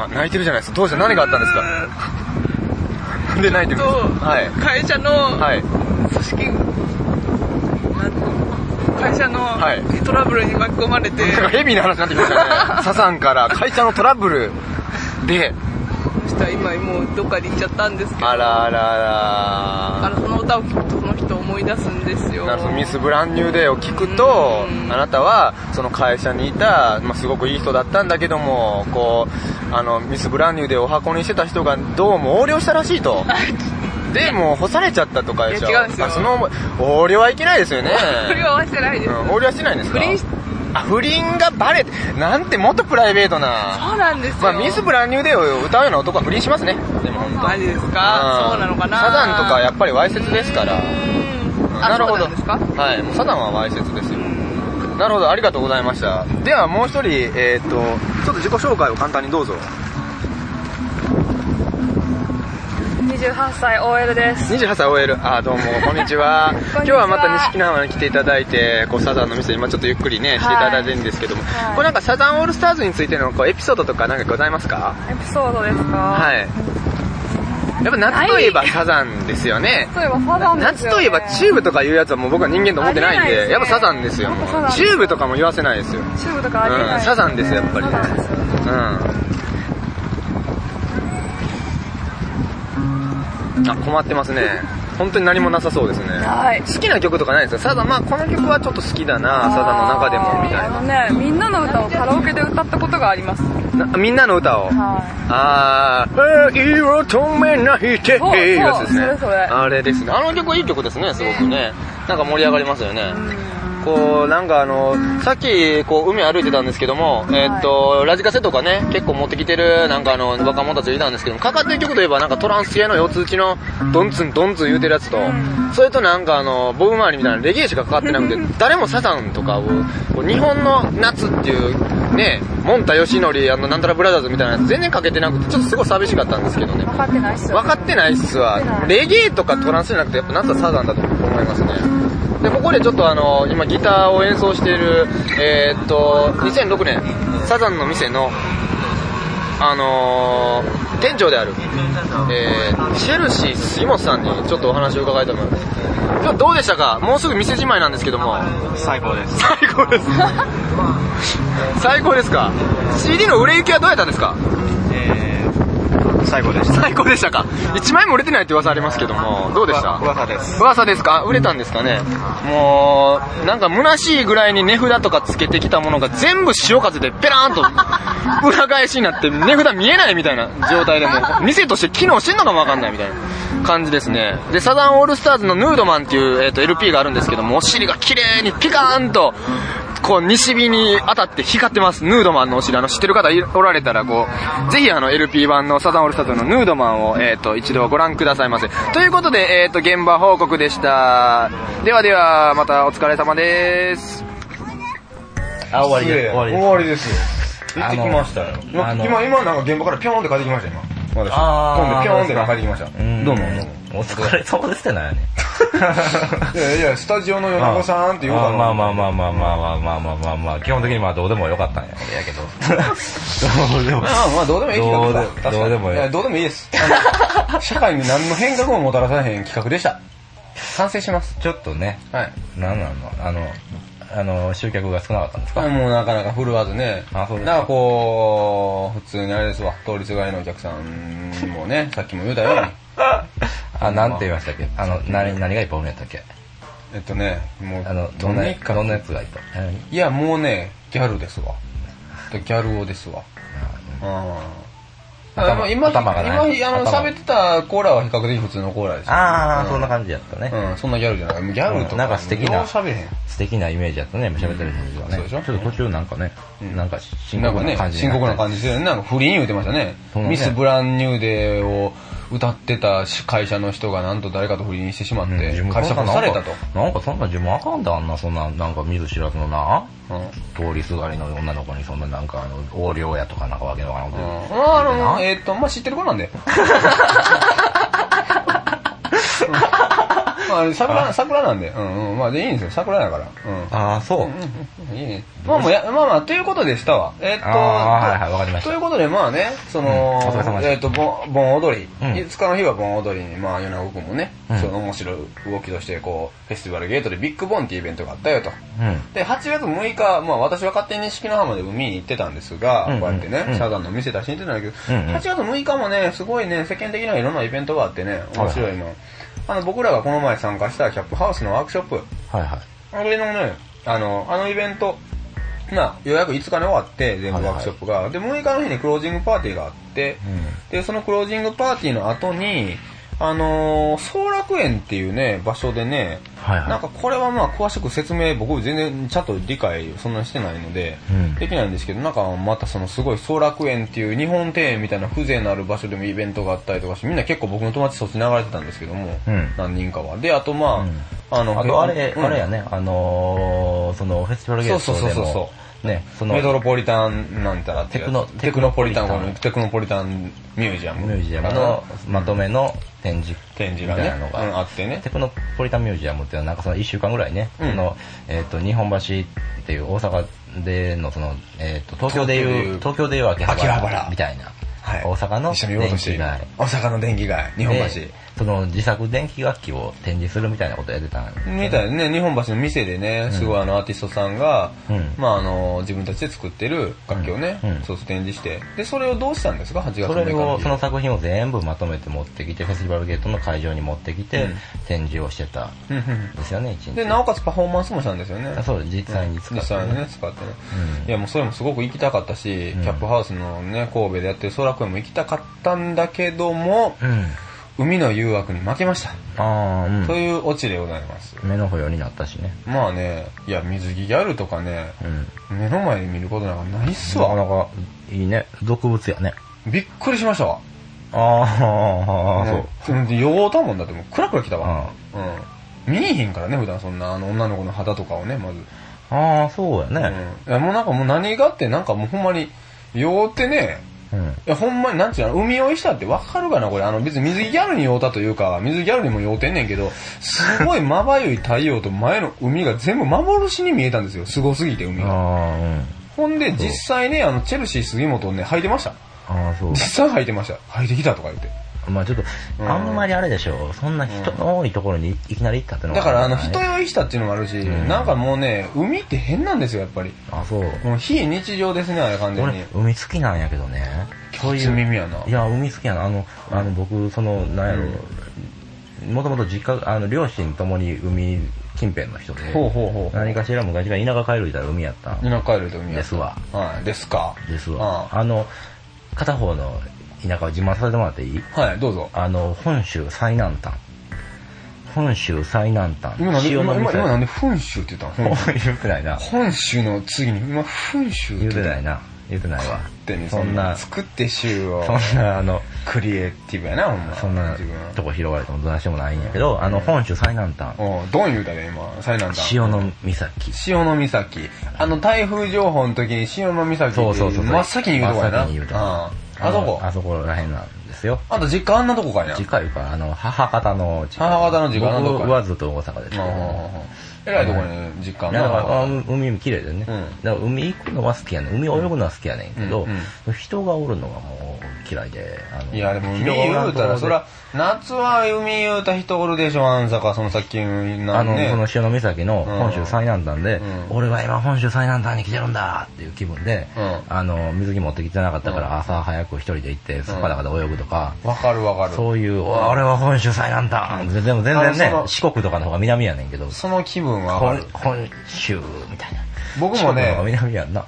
Speaker 3: あ泣いてるじゃないですか当時何があったんですかで泣いてるんです
Speaker 4: と
Speaker 3: かはい
Speaker 4: 会社の
Speaker 3: はい
Speaker 4: 組織、なん会社の
Speaker 3: はい
Speaker 4: トラブルに巻き込まれて、
Speaker 3: なんかヘビーな話になってきましたね。サザンから会社のトラブルで、
Speaker 4: そしたら今もうどっかに行っちゃったんですけど
Speaker 3: あらあ
Speaker 4: あ
Speaker 3: らあ
Speaker 4: のその歌を聴くとその人を思い出すんですよ
Speaker 3: ら。なるほどミス・ブランニューデーを聞くと、
Speaker 4: うん
Speaker 3: あなたはその会社にいた、まあ、すごくいい人だったんだけども、こう、あの、ミス・ブランニューデーをお箱にしてた人がどうも横領したらしい と。で、もう干されちゃったとかでしょ。
Speaker 4: いや違うんですよ
Speaker 3: あその思い、横領はいけないですよね。
Speaker 4: それは合わせてないです、
Speaker 3: うん横領はしてないんですか
Speaker 4: 不倫し
Speaker 3: あ、不倫がバレて、なんてもっとプライベートな。
Speaker 4: そうなんですよ、
Speaker 3: まあ、ミスブランニューデーを歌うような男は不倫しますね。でも本当
Speaker 4: マジですかそうなのかな
Speaker 3: サザンとかやっぱりわいせつですから。
Speaker 4: うーんあ
Speaker 3: なるほど。
Speaker 4: そうなんですか
Speaker 3: はい、もうサザンはわいせつですよ。なるほど、ありがとうございました。では、もう一人、えーっと、ちょっと自己紹介を簡単にどうぞ。
Speaker 5: 28歳 OL です
Speaker 3: 28歳 OL、あー、どうも、こんにち は。今日はまた錦南浜に来ていただいて、こう、サザンの店、今ちょっとゆっくりね、していただいてるんですけども、
Speaker 5: はい
Speaker 3: これなんかサザンオールスターズについてのこうエピソードとかなんかございますか
Speaker 5: エピソードですか
Speaker 3: はいい。やっぱ夏といえばサザンですよね。
Speaker 5: 例えばサザンですよ、
Speaker 3: 夏
Speaker 5: ね、
Speaker 3: といえばチューブとかいうやつはもう僕は人間と思ってないん
Speaker 5: ありえないで
Speaker 3: で、
Speaker 5: すね
Speaker 3: やっぱサザンですよ。
Speaker 5: やっぱサザンです
Speaker 3: チューブとかも言わせないですよ。
Speaker 5: チューブとかありえない、
Speaker 3: うんサザンですやっぱり
Speaker 5: サザンですよ
Speaker 3: うん。あ、困ってますね。本当に何もなさそうですね。
Speaker 5: はい
Speaker 3: 好きな曲とかないですかサザン、まあこの曲はちょっと好きだな、サザンの中でもみたいな。
Speaker 5: なねみんなの歌をカラオケで歌ったことがあります
Speaker 3: なみんなの歌を。
Speaker 5: は
Speaker 3: あー、愛を止めないで、
Speaker 5: そう
Speaker 3: いうやつですね。
Speaker 5: そうそれそれ
Speaker 3: あれですね。あの曲いい曲ですね、すごくね。なんか盛り上がりますよね。こう、なんかあの、さっき、こう、海歩いてたんですけども、えーっと、ラジカセとかね、結構持ってきてる、なんかあの、若者たちいたんですけども、かかってる曲といえば、なんかトランス系の四つ打ちの、ドンツンドンツン言うてるやつと、それとなんかあの、ボブ周りみたいなレゲエしかかかってなくて、誰もサザンとかを、こう日本の夏っていう、ね、モンタヨシノリ、あの、なんたらブラザーズみたいなやつ全然かけてなくて、ちょっとすごい寂しかったんですけどね
Speaker 5: い。分かってないっすよ
Speaker 3: 分かってないっすわ
Speaker 5: 分かってない
Speaker 3: レゲエとかトランスじゃなくてやっぱ夏はサザンだと思いますねでここでちょっとあの今ギターを演奏しているえーっと2006年サザンの店のあのー店長である、えーシェルシー杉本さんにちょっとお話を伺いたいと思います今日どうでしたかもうすぐ店じまいなんですけども
Speaker 6: 最高です
Speaker 3: 最高 です最高ですか CD の売れ行きはどうやったんですか
Speaker 6: えー、最高でした
Speaker 3: 最高でしたか1枚も売れてないって噂ありますけどもどうでした
Speaker 6: うわ噂です
Speaker 3: 噂ですか売れたんですかねもうなんか虚しいぐらいに値札とかつけてきたものが全部潮風でペラーン と裏返しになって値札見えないみたいな状態でもう店として機能してんのかもわかんないみたいな感じですねでサザンオールスターズのヌードマンっていう、えー、と LP があるんですけどもお尻が綺麗にピカーンとこう西日に当たって光ってますヌードマンのお尻あの知ってる方いおられたらこうぜひあの LP 版のサザンオールスターズのヌードマンを、えー、と一度ご覧くださいませということで、えー、と現場報告でしたではではまたお疲れ様です
Speaker 1: あ、終わりです。
Speaker 2: 終
Speaker 1: 終わりです。
Speaker 2: わりですよ。行ってきましたよ。
Speaker 1: あ
Speaker 2: 今、
Speaker 1: の
Speaker 2: 今、今なんか現場からピョーンって帰ってきました、今。私。
Speaker 1: あー
Speaker 2: 飛んでピョーンってなんか帰ってきました。
Speaker 1: ん
Speaker 2: どうも、どうも。
Speaker 1: お疲れ様ですってなんやねん。
Speaker 2: いやいや、スタジオの米子さんって言おうか
Speaker 1: あ
Speaker 2: な。
Speaker 1: まあまあまあまあまあまあまあまあまあまあ、基本的にまあどうでもよかったんややけど。どうでも。
Speaker 2: まあまあ、どうでもいい企画だ
Speaker 1: どうで
Speaker 2: 確かに
Speaker 1: どうでもいい
Speaker 2: や、どうでもいいです。あの社会に何の変革ももたらさへん企画でした。賛成します。
Speaker 1: ちょっとね、
Speaker 2: はい。
Speaker 1: なんなのあの、あの、集客が少なかったんですか
Speaker 2: もうなかなか振るわずね。
Speaker 1: あそうですか
Speaker 2: なんかこう、普通にあれですわ、通りすがりのお客さんもね、さっきも言うたように。
Speaker 1: あ、なんて言いましたっけあの、何、何がいっぱいおるんやったっけ
Speaker 2: えっとね、もう、
Speaker 1: あの、どんな、どんなやつがいっぱい。え
Speaker 2: いや、もうね、ギャルですわ。ギャル男ですわ。うん。
Speaker 1: 頭
Speaker 2: あの今、今、
Speaker 1: 頭がない
Speaker 2: あの、
Speaker 1: 頭
Speaker 2: 喋ってたコーラは比較的普通のコーラです。
Speaker 1: あ
Speaker 2: う
Speaker 1: あ、そんな感じやったね。
Speaker 2: うん、そんなギャルじゃない。もうギャルと
Speaker 1: う
Speaker 2: か、
Speaker 1: んなんか素敵な
Speaker 2: よう喋れへん。
Speaker 1: 素敵なイメージやったね、喋ってる人は
Speaker 2: そう
Speaker 1: ね。
Speaker 2: でし
Speaker 1: ち
Speaker 2: ょ
Speaker 1: ょっと途中なんかね、なんか深
Speaker 2: なん
Speaker 1: 刻
Speaker 2: か
Speaker 1: な
Speaker 2: ね
Speaker 1: 感、じ
Speaker 2: 深
Speaker 1: に
Speaker 2: 刻
Speaker 1: な
Speaker 2: な
Speaker 1: ったり
Speaker 2: 感じで、なんか不倫言うてましたね。
Speaker 1: そうね
Speaker 2: ミスブランニューデーを歌ってた会社の人がなんと誰かと不倫してしまっ
Speaker 1: うん
Speaker 2: て
Speaker 1: 自、分
Speaker 2: 会社
Speaker 1: そん
Speaker 2: 干
Speaker 1: な
Speaker 2: されたと。
Speaker 1: なんかそんな自分あかんだ、あんな、そんな、なんか見ず知らずのな、
Speaker 2: うんうん
Speaker 1: 通りすがりの女の子にそんななんかあの横領やとかなんかわけのわからんこと言う
Speaker 2: ああの、えーっと、まあ、知ってる子な んで。うんまああれ、桜、桜なんで。うんうん。まあ、でいいんですよ。桜だから。うん。
Speaker 1: ああそう、
Speaker 2: うんいいね。まあもうや、まあまあ、ということでしたわ。えーっと、
Speaker 1: あーはいはいわかりました
Speaker 2: ということで、まあね、その、
Speaker 1: うんお疲れ様でした
Speaker 2: えーっと、ぼん盆踊り、
Speaker 1: うん
Speaker 2: 5日の日は盆踊りに、まあ、米子くんもね、
Speaker 1: うん
Speaker 2: その面白い動きとして、こう、フェスティバルゲートでビッグボンっていうイベントがあったよと。
Speaker 1: うん、
Speaker 2: で、8月6日、まあ私は勝手に式の浜で海に行ってたんですが、
Speaker 1: うんうん
Speaker 2: こうやってね、
Speaker 1: うん
Speaker 2: サザンの店出しに行ってたんだけど、
Speaker 1: うんうん
Speaker 2: 8月6日もね、すごいね、世間的にはいろんなイベントがあってね、面白いの。あの、僕らがこの前参加したキャップハウスのワークショップ、
Speaker 1: はいはい
Speaker 2: あれのね、あの、あのイベント、な、予約5日に終わって、全部ワークショップが、で、6日の日にクロージングパーティーがあって、
Speaker 1: う
Speaker 2: で、そのクロージングパーティーの後に、あのー、総楽園っていうね、場所でね、
Speaker 1: はいはい
Speaker 2: なんかこれはまあ詳しく説明、僕全然ちゃんと理解そんなにしてないので、
Speaker 1: うん
Speaker 2: できないんですけど、なんかまたそのすごい総楽園っていう日本庭園みたいな風情のある場所でもイベントがあったりとかして、みんな結構僕の友達そっち流れてたんですけども、
Speaker 1: うん
Speaker 2: 何人かは。で、あとまあ、
Speaker 1: うん
Speaker 2: あの、
Speaker 1: あとあれ、
Speaker 2: うん
Speaker 1: あれやね、あのー、そのフェスティバルゲートでも
Speaker 2: そうそうそうそ
Speaker 1: ね、その
Speaker 2: メトロポリタンなんたらって
Speaker 1: テクノ
Speaker 2: テクノポリタン
Speaker 1: テクノポリタン
Speaker 2: テクノポリタンミュージアム
Speaker 1: ミュージアム
Speaker 2: の
Speaker 1: のまとめの展示
Speaker 2: 展示
Speaker 1: み
Speaker 2: が
Speaker 1: たい
Speaker 2: ね
Speaker 1: なの
Speaker 2: うん
Speaker 1: が
Speaker 2: あってね
Speaker 1: テクノポリタンミュージアムっていうのはなんかその1週間ぐらいね、
Speaker 2: うん
Speaker 1: そのえっと日本橋っていう大阪でのその、えっと東京でいう東
Speaker 2: 東
Speaker 1: 京でいう秋葉
Speaker 2: 秋葉
Speaker 1: 原
Speaker 2: 原
Speaker 1: みたいな、
Speaker 2: はい
Speaker 1: 大阪の
Speaker 2: 一緒に見ようとしている
Speaker 1: 電気街
Speaker 2: 大阪の電気街日本
Speaker 1: でその自作電気楽器を展示するみたいなことやってたん
Speaker 2: 橋みたいなね日本橋の店でねすごいあのアーティストさんが、
Speaker 1: うん
Speaker 2: まああの自分たちで作ってる楽器をね、
Speaker 1: うんうん
Speaker 2: そうそう展示してでそれをどうしたんですか8月
Speaker 1: そ
Speaker 2: 6日
Speaker 1: れを
Speaker 2: に
Speaker 1: その作品を全部まとめて持ってきてフェスティバルゲートの会場に持ってきて、
Speaker 2: うん
Speaker 1: 展示をしてたん
Speaker 2: うんうん
Speaker 1: ですよね一日
Speaker 2: でなおかつパフォーマンスもしたんですよね
Speaker 1: あそう実際に使って
Speaker 2: 実際にね使ってね、
Speaker 1: うん
Speaker 2: いやもうそれもすごく行きたかったし、
Speaker 1: うん
Speaker 2: キャップハウスのね神戸でやってる空公園も行きたかったんだけども、
Speaker 1: うん
Speaker 2: 海の誘惑に負けました、
Speaker 1: ああうん
Speaker 2: というオチでございます
Speaker 1: 目の保養になったしね
Speaker 2: まあねいや水着ギャルとかね
Speaker 1: うん
Speaker 2: 目の前で見ることなんかないっす
Speaker 1: なか
Speaker 2: わ
Speaker 1: なかいいね俗物やね
Speaker 2: びっくりしましたわ
Speaker 1: ああ
Speaker 2: ねうんようたもんだってもうクラクラ来たわうん見えへんからね普段そんなあの女の子の肌とかをねまず
Speaker 1: ああそうやね
Speaker 2: うんいやもうなんかもう何がってなんかもうほんまに酔うてね
Speaker 1: うん
Speaker 2: いやほんまになんちゅうの海酔いしたってわかるかなこれあの別に水着ギャルに酔うたというか水着ギャルにも酔うてんねんけどすごいまばゆい太陽と前の海が全部幻に見えたんですよすごすぎて海が
Speaker 1: ああうん
Speaker 2: ほんで実際ねあのチェルシー杉本ね履いてました
Speaker 1: ああそ
Speaker 2: 実
Speaker 1: う
Speaker 2: 際履いてました履いてきたとか言って
Speaker 1: まあちょっ
Speaker 2: う
Speaker 1: と
Speaker 2: ん
Speaker 1: あんまりあれでしょそんな人の多いところにいきなり行ったってのは
Speaker 2: だからあの
Speaker 1: ね
Speaker 2: 人酔いしたっていうのもあるし、
Speaker 1: ん
Speaker 2: なんかもうね、海って変なんですよ、やっぱり。
Speaker 1: あそう
Speaker 2: もう非日常ですね、あれ完全に
Speaker 1: 俺。海好きなんやけどねそうい
Speaker 2: 初
Speaker 1: う
Speaker 2: 耳やな。
Speaker 1: いや海好きやなあのあの僕そのなんやろもともと実家あの両親ともに海近辺の人で
Speaker 2: ほうほうほう。
Speaker 1: 何かしら昔が田舎帰るいたら海やったん
Speaker 2: 田舎帰ると海や
Speaker 1: ですわ
Speaker 2: はい、ですか。
Speaker 1: ですわ。
Speaker 2: あ
Speaker 1: あの、片方の田舎を自慢させてもらっていい
Speaker 2: あはい、どうぞ。
Speaker 1: あの、本州最南端。本州最南端。
Speaker 2: 今なんで、今、今今なん
Speaker 1: で
Speaker 2: で、本州って言ったの
Speaker 1: 言ってないな。
Speaker 2: 本州の次に、今、本州って
Speaker 1: 言って
Speaker 2: 言っ
Speaker 1: ないな。言ってないわ。
Speaker 2: てね、
Speaker 1: そ
Speaker 2: そ
Speaker 1: ん
Speaker 2: ん
Speaker 1: な
Speaker 2: な、作って州を、
Speaker 1: そんな、あの、
Speaker 2: クリエイティブやな、ほんま。
Speaker 1: そんな
Speaker 2: 自分
Speaker 1: とこ拾われてもどないしてもないんやけど、あの、本州最南端。
Speaker 2: おうどん言うたで、今、最南端。
Speaker 1: 潮の岬。
Speaker 2: 潮の岬。あの、台風情報の時に潮の岬って
Speaker 1: そうそうそうそう。
Speaker 2: 真っ先に言うとこやな。
Speaker 1: 真っ先に言うとこ
Speaker 2: うんあそこ
Speaker 1: のあそこら辺なんですよ。
Speaker 2: あと実家あんなとこかいな。
Speaker 1: 次回いうか、あの、母方の実家。
Speaker 2: 母方の実家のどこや
Speaker 1: 僕はずっと大阪ですけ
Speaker 2: う
Speaker 1: ど
Speaker 2: んうんうんうんえらいとこに実家あ
Speaker 1: い
Speaker 2: ん
Speaker 1: やだから
Speaker 2: な。
Speaker 1: あ海綺麗でね、
Speaker 2: うん
Speaker 1: だから海行くのは好きやねん海泳ぐのは好きやねんけど、
Speaker 2: うん
Speaker 1: 人がおるのがもう嫌いであの
Speaker 2: いや、でも海
Speaker 1: 人がおら
Speaker 2: 言
Speaker 1: ん
Speaker 2: う
Speaker 1: とこ
Speaker 2: た
Speaker 1: ろ
Speaker 2: ら、
Speaker 1: で
Speaker 2: そら、夏は海言うた人おるでしょ、あんさか、そのさっき
Speaker 1: あ
Speaker 2: の
Speaker 1: の、この
Speaker 2: ね。
Speaker 1: 潮の岬の本州最南端で、
Speaker 2: うん
Speaker 1: 俺は今本州最南端に来てるんだっていう気分で、
Speaker 2: うん
Speaker 1: あの水着持ってきてなかったか
Speaker 2: う
Speaker 1: ら朝早く一人で行ってスパダカで泳ぐとか、
Speaker 2: わかるわかる。
Speaker 1: そういう、お俺は本州最南端ででも全然
Speaker 2: あのそ
Speaker 1: ね
Speaker 2: の
Speaker 1: 四国とかの方が南やねんけど
Speaker 2: その気分はわか
Speaker 1: 本
Speaker 2: る。
Speaker 1: 本州みたいな
Speaker 2: 僕も
Speaker 1: 四国の方が
Speaker 2: ね、
Speaker 1: 南やんな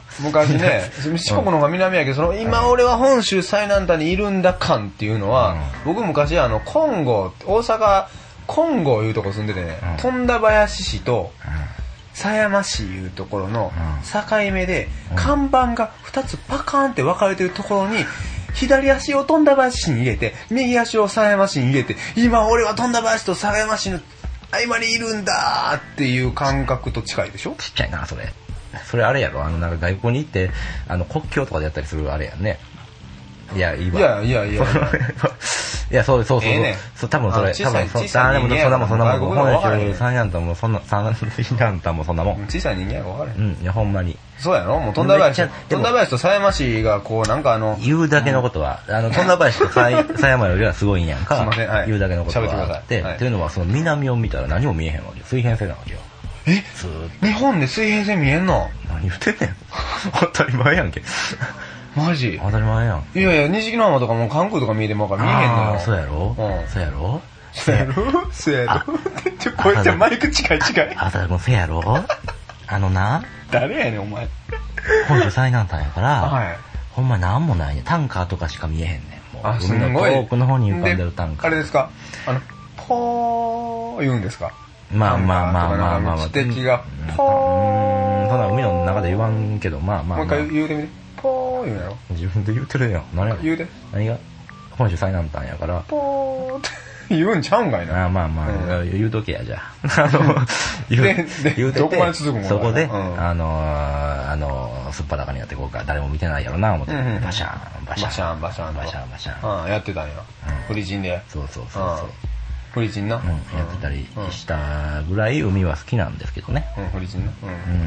Speaker 2: 昔ね、四国の方が南やけど、その、今俺は本州最南端にいるんだ感っていうのは、僕昔あの、コンゴ、大阪、コンゴいうとこ住んでてね
Speaker 1: うん、
Speaker 2: 富田林市と、
Speaker 1: うん
Speaker 2: 狭山市いうところの
Speaker 1: うん
Speaker 2: 境目で、看板が2つパカーンって分かれてるところに、左足を富田林に入れて、右足を狭山市に入れて、今俺は富田林と狭山市の合間にいるんだーっていう感覚と近いでしょ
Speaker 1: ちっちゃいな、それ。それあれやろ、あの、なんか外国に行って、あの、国境とかでやったりするあれやんね。いや、いい
Speaker 2: い
Speaker 1: わ。
Speaker 2: やいやいや。
Speaker 1: いや、そうそうそう。
Speaker 2: ええね
Speaker 1: そう多分そ
Speaker 2: あ
Speaker 1: れ、
Speaker 2: の小
Speaker 1: 多
Speaker 2: さい
Speaker 1: 分そ
Speaker 2: 小さい
Speaker 1: あでも
Speaker 2: 人間
Speaker 1: そんなもん、そんなもん、
Speaker 2: 外国語が分からへん
Speaker 1: 本州三なんたも、そんな、三なんたも、そんなもん。
Speaker 2: 小さい人間やから分からへ。
Speaker 1: うんん、いや、ほんまに。
Speaker 2: そうやろもう富田林
Speaker 1: めっ
Speaker 2: と
Speaker 1: ちゃ、でも
Speaker 2: 富田林と狭山市がこうなんかあの、
Speaker 1: 言うだけのことは、あの、富田林と 狭い狭山よりはすごいんやんか。
Speaker 2: すいませんはい
Speaker 1: 言うだけのこと
Speaker 2: 喋ってくだ
Speaker 1: は
Speaker 2: さ
Speaker 1: あ
Speaker 2: い
Speaker 1: って、
Speaker 2: はい
Speaker 1: っていうのは、その南を見たら何も見えへんわけよ。水平線なわけよ。
Speaker 2: え
Speaker 1: ずーっと
Speaker 2: 日本で水平線見えんの
Speaker 1: 何言ってんね ん。当たり前やんけ。
Speaker 2: マ ジ
Speaker 1: 当たり前やん。
Speaker 2: いやいや、錦の浜とかもう関空とか見えてもうから見えへんの
Speaker 1: あー
Speaker 2: よ。
Speaker 1: そうやろ
Speaker 2: うん
Speaker 1: そうやろ
Speaker 2: せやろせや
Speaker 1: あ
Speaker 2: ろちょ、こいつマイク近い近い。
Speaker 1: あたくんせやろあのな、
Speaker 2: 誰やねん、お前。
Speaker 1: 本州最南端やから、
Speaker 2: はい
Speaker 1: ほんまなんもないねん。タンカーとかしか見えへんねん、も
Speaker 2: あ、す
Speaker 1: 海の
Speaker 2: ごい。
Speaker 1: 遠くの方に浮かんでる単
Speaker 2: あ
Speaker 1: 価
Speaker 2: れ。ですかあの、ポー言うんですか
Speaker 1: まあまあまあまあまあまあ。
Speaker 2: 知的が、ポ
Speaker 1: うん、ただ
Speaker 2: ー。
Speaker 1: 海の中で言わんけど、まあま
Speaker 2: も
Speaker 1: あ、
Speaker 2: う一
Speaker 1: まあ
Speaker 2: 回、言うてみて。ポー言うやろ。
Speaker 1: 自分で言うてるやん。何が
Speaker 2: 言うて。
Speaker 1: 何が本州最南端やから。
Speaker 2: ポーって 言うんちゃうんかいな。
Speaker 1: あまあまあ、言うとけや、じゃあ。あの、
Speaker 2: で で
Speaker 1: 言う
Speaker 2: どこまで続くもんか
Speaker 1: そこで、
Speaker 2: うん
Speaker 1: あのー、あの、すっぱだかにやっていこうか、誰も見てないやろな、思って、
Speaker 2: うんうん
Speaker 1: バシャーン、バシャ
Speaker 2: バシャン、バシャン。
Speaker 1: バシャン、バシャン。
Speaker 2: ン。うん、やってたんや。フリチンで。
Speaker 1: そうそうそうそう。
Speaker 2: フリチンな。うん
Speaker 1: うん、やってたりしたぐらい海は好きなんですけどね。
Speaker 2: うん、フリチンな。うん
Speaker 1: うん。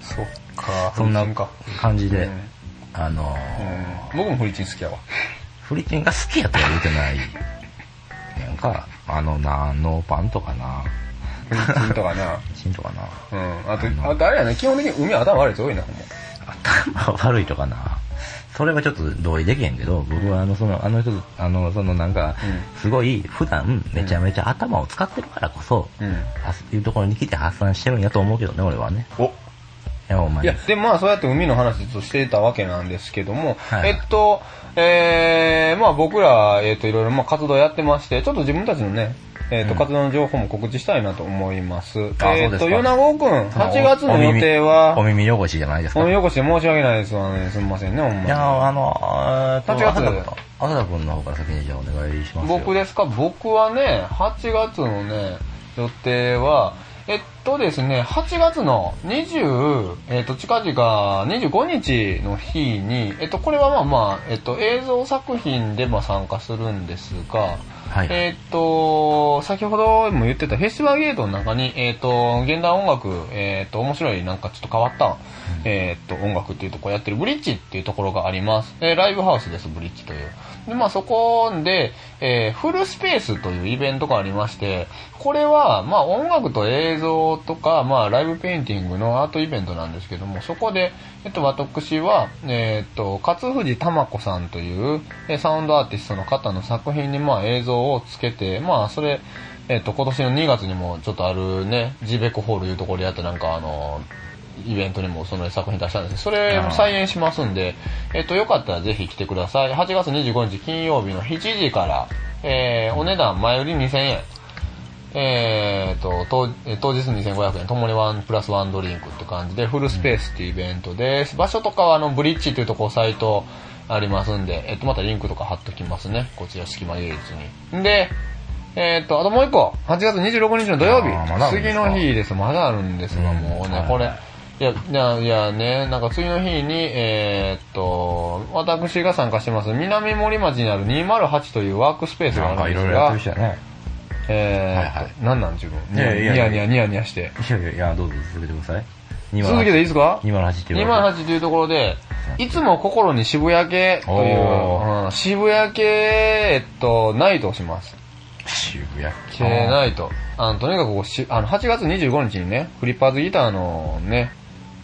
Speaker 2: そっか、
Speaker 1: そんな
Speaker 2: フリチンか。
Speaker 1: 感じで
Speaker 2: うん、
Speaker 1: あのー、
Speaker 2: うん僕もフリチン好きやわ。
Speaker 1: フリチンが好きやとは言うてない。なんか、あのな、ノーパンとかな、
Speaker 2: フリチンとかな。
Speaker 1: チンとかな、
Speaker 2: うん。あと、あとあれやね、基本的に海頭悪い人多いな、ほんま。
Speaker 1: 頭 悪いとかな。それはちょっと同意できへんけど、僕はあの、その、あの人、あの、そのなんか、すごい、普段、めちゃめちゃ頭を使ってるからこそ、
Speaker 2: うん
Speaker 1: あそういうところに来て発散してるんやと思うけどね、俺はね。
Speaker 2: お
Speaker 1: いや、お
Speaker 2: い
Speaker 1: 前
Speaker 2: や。、でもまあそうやって海の話としてたわけなんですけども、
Speaker 1: はい
Speaker 2: えっと、えー、まあ僕ら、えっといろいろまあ活動やってまして、ちょっと自分たちのね、えっと、
Speaker 1: うん
Speaker 2: 活動の情報も告知したいなと思います。
Speaker 1: あ
Speaker 2: え
Speaker 1: そうで
Speaker 2: っ
Speaker 1: す
Speaker 2: と、
Speaker 1: か
Speaker 2: 米子くん、8月の予定
Speaker 1: お
Speaker 2: は、
Speaker 1: 耳お耳汚しじゃないですか。
Speaker 2: お
Speaker 1: い
Speaker 2: よこして申し訳ないですわね、すみませんね、ほん
Speaker 1: や、
Speaker 2: ま
Speaker 1: あの、えーっと、
Speaker 2: 8月
Speaker 1: 浅田君浅田君の方から先にじゃあお願いしま
Speaker 2: に。
Speaker 1: すよ。
Speaker 2: 僕ですか僕はね、8月のね、予定は、えっとですね、8月の20、えっと、近々25日の日に、えっと、これはまあまあ、えっと、映像作品でまあ参加するんですが、
Speaker 1: はい
Speaker 2: えっと、先ほども言ってたフェスティバルゲートの中に、えっと、現代音楽、えっと、面白いなんかちょっと変わった、えっと、音楽っていうところやってるブリッジっていうところがあります。えーライブハウスです、ブリッジという。で、まあそこで、えーフルスペースというイベントがありまして、これは、まあ音楽と映像とか、まあライブペインティングのアートイベントなんですけども、そこで、えっと、私は、えっと、勝藤玉子さんという、えーサウンドアーティストの方の作品に、まあ映像をつけて、まあそれ、えっと、今年の2月にもちょっとあるね、ジベコホールいうところでやったなんかあの、イベントにもその作品出したんですけど、それも再演しますんで、えっと、よかったらぜひ来てください。8月25日金曜日の7時から、えー、お値段前売り2000円。えーと、当えー当日2500円、ともにワンプラスワンドリンクって感じで、フルスペースっていうイベントです。場所とかは、あの、ブリッジというとこサイトありますんで、えっと、またリンクとか貼っときますね。こちら、隙間唯一に。んで、えっと、あともう一個、8月26日の土曜日
Speaker 1: あーまだあ、るんです
Speaker 2: 次
Speaker 1: か
Speaker 2: の日です。まだあるんですが、
Speaker 1: うん
Speaker 2: もう
Speaker 1: は
Speaker 2: ね
Speaker 1: い、
Speaker 2: これ、いや、いや、いやね、なんか次の日に、えーっと、私が参加してます、南森町にある208というワークスペース
Speaker 1: なん
Speaker 2: があ
Speaker 1: か
Speaker 2: る
Speaker 1: い
Speaker 2: んで
Speaker 1: ろい
Speaker 2: す
Speaker 1: ろやって
Speaker 2: が
Speaker 1: る、人やね。
Speaker 2: えーっと、
Speaker 1: はいはい
Speaker 2: なんなん自分。ニ
Speaker 1: いやいや
Speaker 2: ヤニヤニヤニヤニヤして。
Speaker 1: いやいやいや、どうぞ続けてください。
Speaker 2: 続けていいですか
Speaker 1: 208って言われて
Speaker 2: 208というところで、いつも心に渋谷系という
Speaker 1: お、ー
Speaker 2: うん渋谷系、えっと、ナイトをします。
Speaker 1: 渋谷
Speaker 2: 系ナイト。あの、とにかくこうし、あの、8月25日にね、フリッパーズギターのね、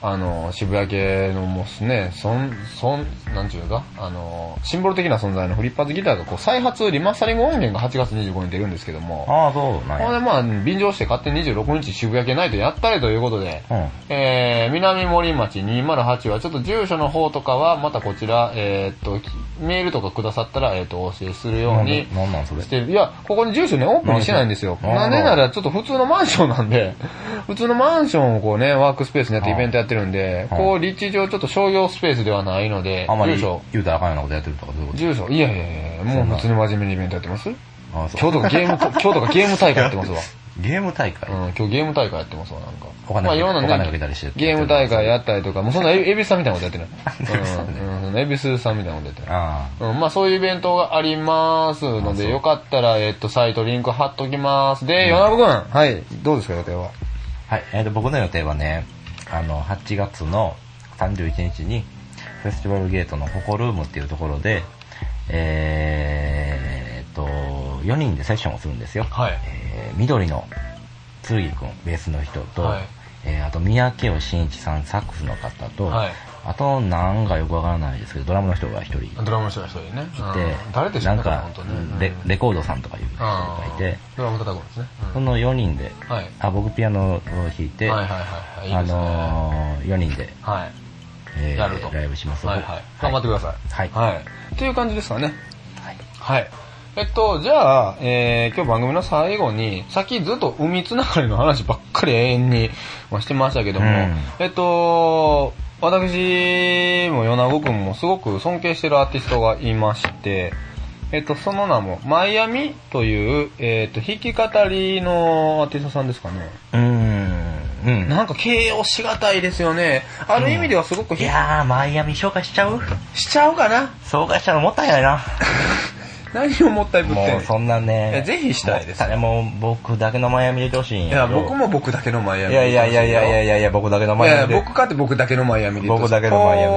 Speaker 2: あの、渋谷系のもうね、そん、そん、なんちゅうか、あの、シンボル的な存在のフリッパーズギターがこう、再発、リマスタリング音源が8月25日に出るんですけども、
Speaker 1: ああ、そうなん
Speaker 2: こ
Speaker 1: や。
Speaker 2: れでまあ、便乗して勝手に26日渋谷系ナイトやったりということで、
Speaker 1: うん。
Speaker 2: えー、南森町208は、ちょっと住所の方とかは、またこちら、えーっと、きメールとかくださったら、えーっと、お教えするように
Speaker 1: なんなんなんそれ
Speaker 2: してる。いや、ここに住所ね、オープンにしてないんですよ。
Speaker 1: な
Speaker 2: なんん
Speaker 1: で
Speaker 2: でなら、ちょっと普通のマンションなんで、 普通のマンションをこうね、ワークスペースにやってイベントやってるんで、
Speaker 1: うん
Speaker 2: こう、立地上ちょっと商業スペースではないので
Speaker 1: あんま、り
Speaker 2: 住所、
Speaker 1: 言うたらあかんようなことやってるとかそういうこと
Speaker 2: 住所、いやいやいや、もう普通に真面目にイベントやってます今
Speaker 1: ああ、そ
Speaker 2: 日
Speaker 1: う。
Speaker 2: とかゲームと、今日とかゲーム大会やってますわ。
Speaker 1: ゲーム大会、
Speaker 2: うん、今日ゲーム大会やってますわ、なんか。
Speaker 1: お金
Speaker 2: まあ、いろんなね
Speaker 1: お金かけたりして。
Speaker 2: ゲーム大会やったりとか、もう そんなエビエビスさんみたいなことやってないうん、うん、エビスさんみたいなことやってない。
Speaker 1: あ
Speaker 2: うん、まあそういうイベントがありますので、よかったら、えっと、サイトリンク貼っときます。で、ヨナブくん。はい。どうですか、予定は。
Speaker 1: あ。はい。えっ、と、僕の予定はね、あの、8月の31日に、フェスティバルゲートのホコルームっていうところで、えー、っと、4人でセッションをするんですよ。
Speaker 2: はい
Speaker 1: えー緑の剣くん、ベースの人と、
Speaker 2: はい
Speaker 1: えーあと三宅を真一さん、サックスの方と、
Speaker 2: はい
Speaker 1: あと、なんかよくわからないですけど、ドラムの人が一人いて、
Speaker 2: ドラムの人が一人ね。うん誰でし
Speaker 1: な
Speaker 2: ょうんね、
Speaker 1: か
Speaker 2: 本当ね。
Speaker 1: レ
Speaker 2: うん、
Speaker 1: レコードさんとかいう人がいて、
Speaker 2: ドラム叩くんですね。
Speaker 1: その4人で、
Speaker 2: うんはい。
Speaker 1: あ、僕ピアノを弾いて、
Speaker 2: はいはいはいはい。いい
Speaker 1: あ
Speaker 2: ですね。
Speaker 1: のー、4人で、
Speaker 2: はい。
Speaker 1: えー
Speaker 2: やると
Speaker 1: ライブします。
Speaker 2: はいはい。頑張ってください。
Speaker 1: はい
Speaker 2: はい。という感じですかね。
Speaker 1: はい
Speaker 2: はい。えっと、じゃあ、えー、今日番組の最後に、さっきずっと海つながりの話ばっかり永遠に、まあ、してましたけども、
Speaker 1: うん
Speaker 2: えっと、私も米子くんもすごく尊敬してるアーティストがいまして、えっと、その名も、マイアミという、えっと、弾き語りのアーティストさんですかね。
Speaker 1: うーん。うん。
Speaker 2: なんか形容しがたいですよね。ある意味ではすごく
Speaker 1: い
Speaker 2: ひ、
Speaker 1: やー、マイアミ紹介しちゃう
Speaker 2: しちゃうかな
Speaker 1: 紹介したらもったいないな。
Speaker 2: 何を もったいぶってん
Speaker 1: も
Speaker 2: の
Speaker 1: うそんなね。
Speaker 2: えぜひしたいです
Speaker 1: もうもう僕だけのマイアミでいてほしいん
Speaker 2: いや、
Speaker 1: やけど。
Speaker 2: 僕も僕だけのマイ
Speaker 1: い
Speaker 2: アミ。
Speaker 1: やいやいやいやいやいやいや、僕だけのマイアミ
Speaker 2: いや
Speaker 1: で
Speaker 2: 僕。かって僕だけのマイアミで言って
Speaker 1: 僕だけのマイアミ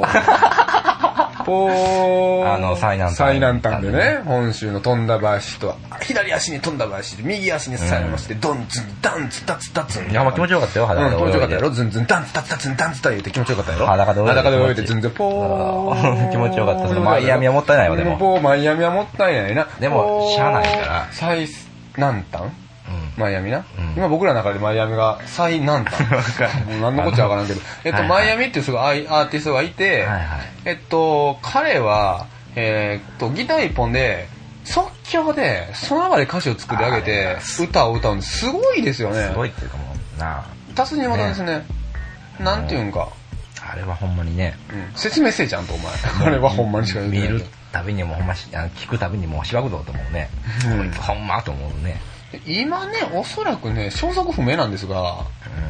Speaker 1: で
Speaker 2: で。ポー。
Speaker 1: あの最南端
Speaker 2: 最南端でね、本州の飛んだ橋と、左足に飛んだ橋で、右足にさえまして、ドンズン、ダンズ、ダツ、ダツン。
Speaker 1: いや、まあ気持ちよかったよ、
Speaker 2: うん、
Speaker 1: 裸
Speaker 2: 気
Speaker 1: で。
Speaker 2: 持ちよかったやろズンズン、ダンズ、ダツ、ダツン、ダンズ、ダ言って気持ちよかったやろ
Speaker 1: 裸で泳いで
Speaker 2: 裸で泳いで、ズンズン、ポ ー。
Speaker 1: 気持ちよかったそのマイアミはもったいないわでも
Speaker 2: ポー、マイアミはもったいないな。
Speaker 1: でも
Speaker 2: ポー
Speaker 1: しゃあないから
Speaker 2: 最南端
Speaker 1: うん
Speaker 2: マイアミな、
Speaker 1: うん
Speaker 2: 今僕らの中でマイアミが最南 端。もう何のこっちゃわからんけど。えっと、
Speaker 1: はいはい
Speaker 2: マイアミっていうすごいアイアーティストがいて、
Speaker 1: はいはい。
Speaker 2: えっと、彼は、えーっと、ギター一本で、即興で、その場で歌詞を作り上げて、歌を歌うんです。すごいですよね
Speaker 1: す。ごいっていうかもう、なあ
Speaker 2: 足すにまたですね。なんていうんか、
Speaker 1: あれはほんまにね、
Speaker 2: うん説明せえちゃんと、お前。 あれはほんまにしか言って
Speaker 1: 見
Speaker 2: ない
Speaker 1: るたびにもうほんまし、あの聞くたびにもうしばくぞと思うね。
Speaker 2: うん
Speaker 1: こいつほんまと思うね。
Speaker 2: 今ね、おそらくね、消息不明なんですが、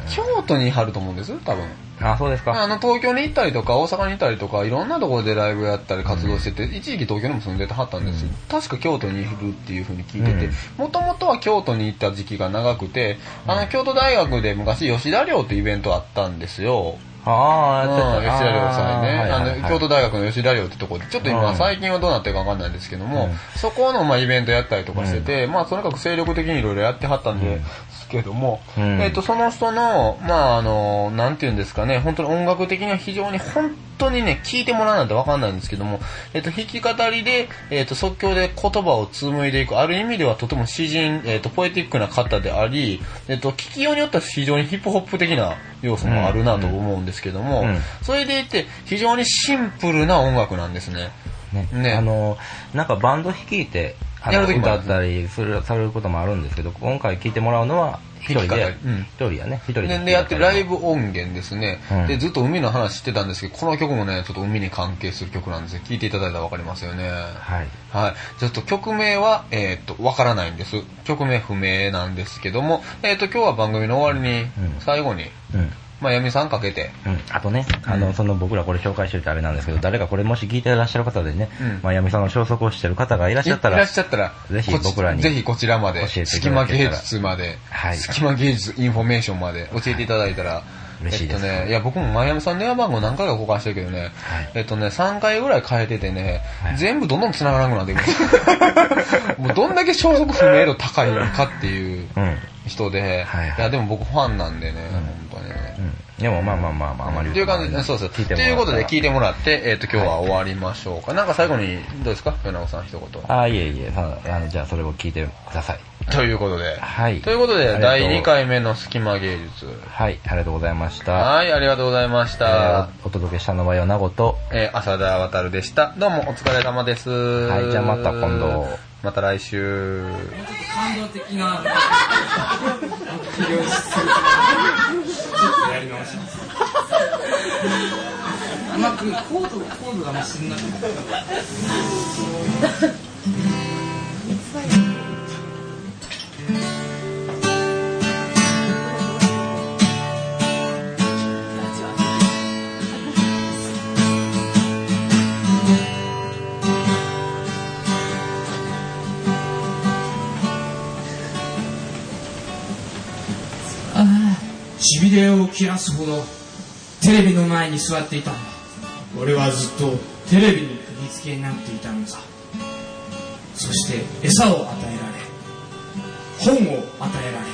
Speaker 2: 京都に貼ると思うんです、多分。
Speaker 1: あ、そうです
Speaker 2: あ
Speaker 1: か。
Speaker 2: の、東京に行ったりとか、大阪に行ったりとか、いろんなところでライブやったり活動してて、一時期東京にも住んでてはったんですよ。確か京都にいるっていうふうに聞いて
Speaker 1: う
Speaker 2: て
Speaker 1: ん、
Speaker 2: もともとは京都に行った時期が長くて、あの、京都大学で昔吉田寮ってイベントあったんですよ。
Speaker 1: ああ、
Speaker 2: うん、
Speaker 1: や
Speaker 2: 吉
Speaker 1: ってた。
Speaker 2: 田寮さんね、
Speaker 1: あー
Speaker 2: あ
Speaker 1: はいはい
Speaker 2: の、
Speaker 1: はい
Speaker 2: 京都大学の吉田寮ってとこで、ちょっと
Speaker 1: う
Speaker 2: 今
Speaker 1: ん
Speaker 2: 最近はどうなってるかわかんないんですけども、
Speaker 1: うん
Speaker 2: そこのまあイベントやったりとかしてて、まあとにかく精力的にいろいろやってはったんですけども、
Speaker 1: うん
Speaker 2: えっと、その人の、まああの、なんていうんですかね、本当に音楽的には非常に本当にね、聞いてもらわないとわかんないんですけども、えっと、弾き語りで、えっと、即興で言葉を紡いでいく、ある意味ではとても詩人、えっと、ポエティックな方であり、えっと、聞きようによっては非常にヒップホップ的な要素もあるなと思うんですけども、
Speaker 1: うん
Speaker 2: それでいて、非常にシンプルな音楽なんですね。
Speaker 1: ね
Speaker 2: ね
Speaker 1: あのなんかバンド弾いてあの
Speaker 2: やる時もある
Speaker 1: 歌ったりするされることもあるんですけど今回聴いてもらうのは一人で
Speaker 2: 弾き語りうん
Speaker 1: 一人やね一人で
Speaker 2: ででやってるライ
Speaker 1: ブ
Speaker 2: ブ音源ですね、
Speaker 1: うん
Speaker 2: でずっと海の話してたんですけどこの曲もねちょっと海に関係する曲なんですよ聴いていただいたら分かりますよね
Speaker 1: はい
Speaker 2: はいちょっと曲名はえーっとわからないんです曲名不明なんですけどもえーっと今日は番組の終わりに、
Speaker 1: ん
Speaker 2: 最後に
Speaker 1: うん
Speaker 2: まあ闇さんかけて
Speaker 1: うん、あとね、あの、その僕らこれ紹介しといてあれなんですけど、誰かこれもし聞いてらっしゃる方でね、
Speaker 2: うん
Speaker 1: まあ、闇さんの消息をしてる方がいらっしゃったら、
Speaker 2: いらっしゃったら
Speaker 1: ぜひ
Speaker 2: こち
Speaker 1: 僕らに
Speaker 2: ぜひこちらまで
Speaker 1: 教えてい
Speaker 2: 隙
Speaker 1: ただ
Speaker 2: 間
Speaker 1: けたら
Speaker 2: 芸術まで、
Speaker 1: はい
Speaker 2: 隙間芸術インフォメーションまで教えていただいたら、
Speaker 1: 嬉しいです
Speaker 2: えっとね、いや僕もマイアミさんの電話番号何回か交換してるけどね、
Speaker 1: はい
Speaker 2: えっとね、3回ぐらい変えててね、
Speaker 1: はい
Speaker 2: 全部どんどん繋がらなくなって くる。もうどんだけ消息不明度高いのかっていう
Speaker 1: うん、う
Speaker 2: 人で、
Speaker 1: はいはい
Speaker 2: やでも僕ファンなんでね、本当にね。
Speaker 1: ん。でもまあまあまあまあ、あまり
Speaker 2: っていう感じ
Speaker 1: まあ
Speaker 2: で、そうそう。と
Speaker 1: 聞いてもら
Speaker 2: いうことで聞い
Speaker 1: い
Speaker 2: てもらって、えっ、と、今日は終わりましょうか。なんか最後に、どうですか米子さん一言。
Speaker 1: ああ、いえいえ、さあのじゃあそれを聞いてください。
Speaker 2: ということで。
Speaker 1: はい。
Speaker 2: ということ
Speaker 1: あ
Speaker 2: で、
Speaker 1: りがう
Speaker 2: 第2。回目の隙間芸術。
Speaker 1: はい、ありがとうございました。
Speaker 2: はい、ありがとうございまし
Speaker 1: え
Speaker 2: た。
Speaker 1: ーおお届けしたのはよなごと、
Speaker 2: えー浅田渡でした。どうもお疲れ様です。
Speaker 1: はいじゃあまた今度。
Speaker 2: また来週。
Speaker 7: 甘くコードコードがもう死んだしびれを切らすほどテレビの前に座っていたんだ俺はずっとテレビに釘付けになっていたのさそして餌を与えられ本を与えられ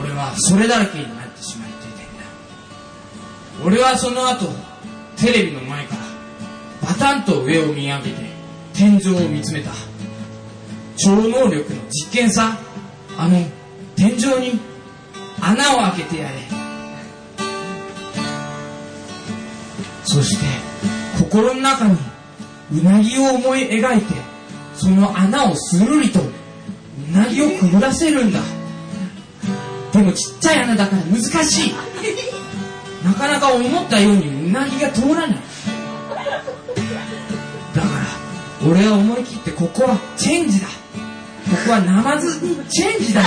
Speaker 7: 俺はそれだらけになってしまっていたんだ俺はその後テレビの前からバタンと上を見上げて天井を見つめた超能力の実験さあの天井に穴を開けてやれそして心の中にうなぎを思い描いてその穴をするりとうなぎをくぐらせるんだでもちっちゃい穴だから難しいなかなか思ったようにうなぎが通らないだから俺は思い切ってここはチェンジだここはナマズチェンジだ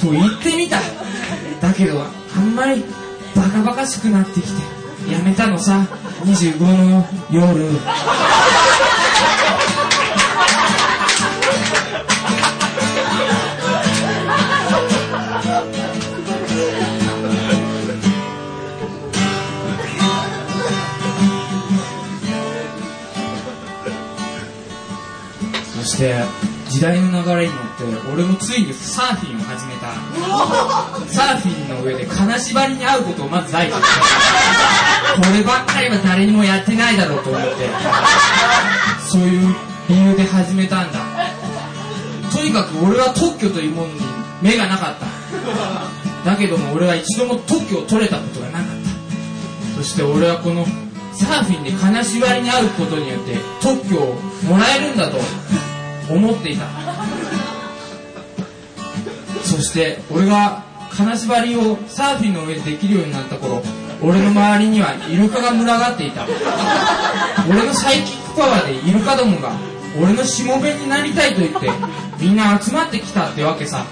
Speaker 7: と言ってみただけどあんまりバカバカしくなってきてやめたのさ25の夜そして時代の流れに乗って俺もついにサーフィンを始めたサーフィンの上で金縛りに会うことをまず第一にこればっかりは誰にもやってないだろうと思ってそういう理由で始めたんだとにかく俺は特許というものに目がなかっただけども俺は一度も特許を取れたことがなかったそして俺はこのサーフィンで金縛りに会うことによって特許をもらえるんだと思っていたそして俺が金縛りをサーフィンの上でできるようになった頃俺の周りにはイルカが群がっていた俺のサイキックパワーでイルカどもが俺のしもべになりたいと言ってみんな集まってきたってわけさ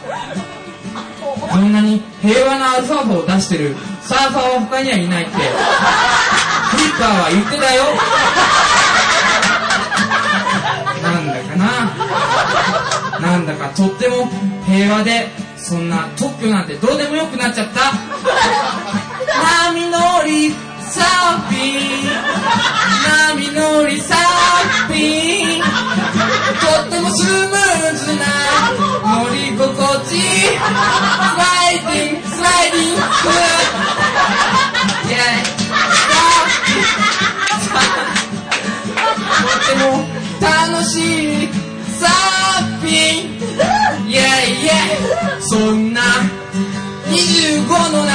Speaker 7: こんなに平和なアルファ波を出してるサーファーは他にはいないってフリッパーは言ってたよなんだかななんだかとっても平和でそんな特許なんてどうでもよくなっちゃった波乗りサーフィン波乗りサーフィンとってもスムーズな乗り心地スライディングスライディングイェイサーフィンとっても楽しいサーフィンイェイイェイそんな25の夏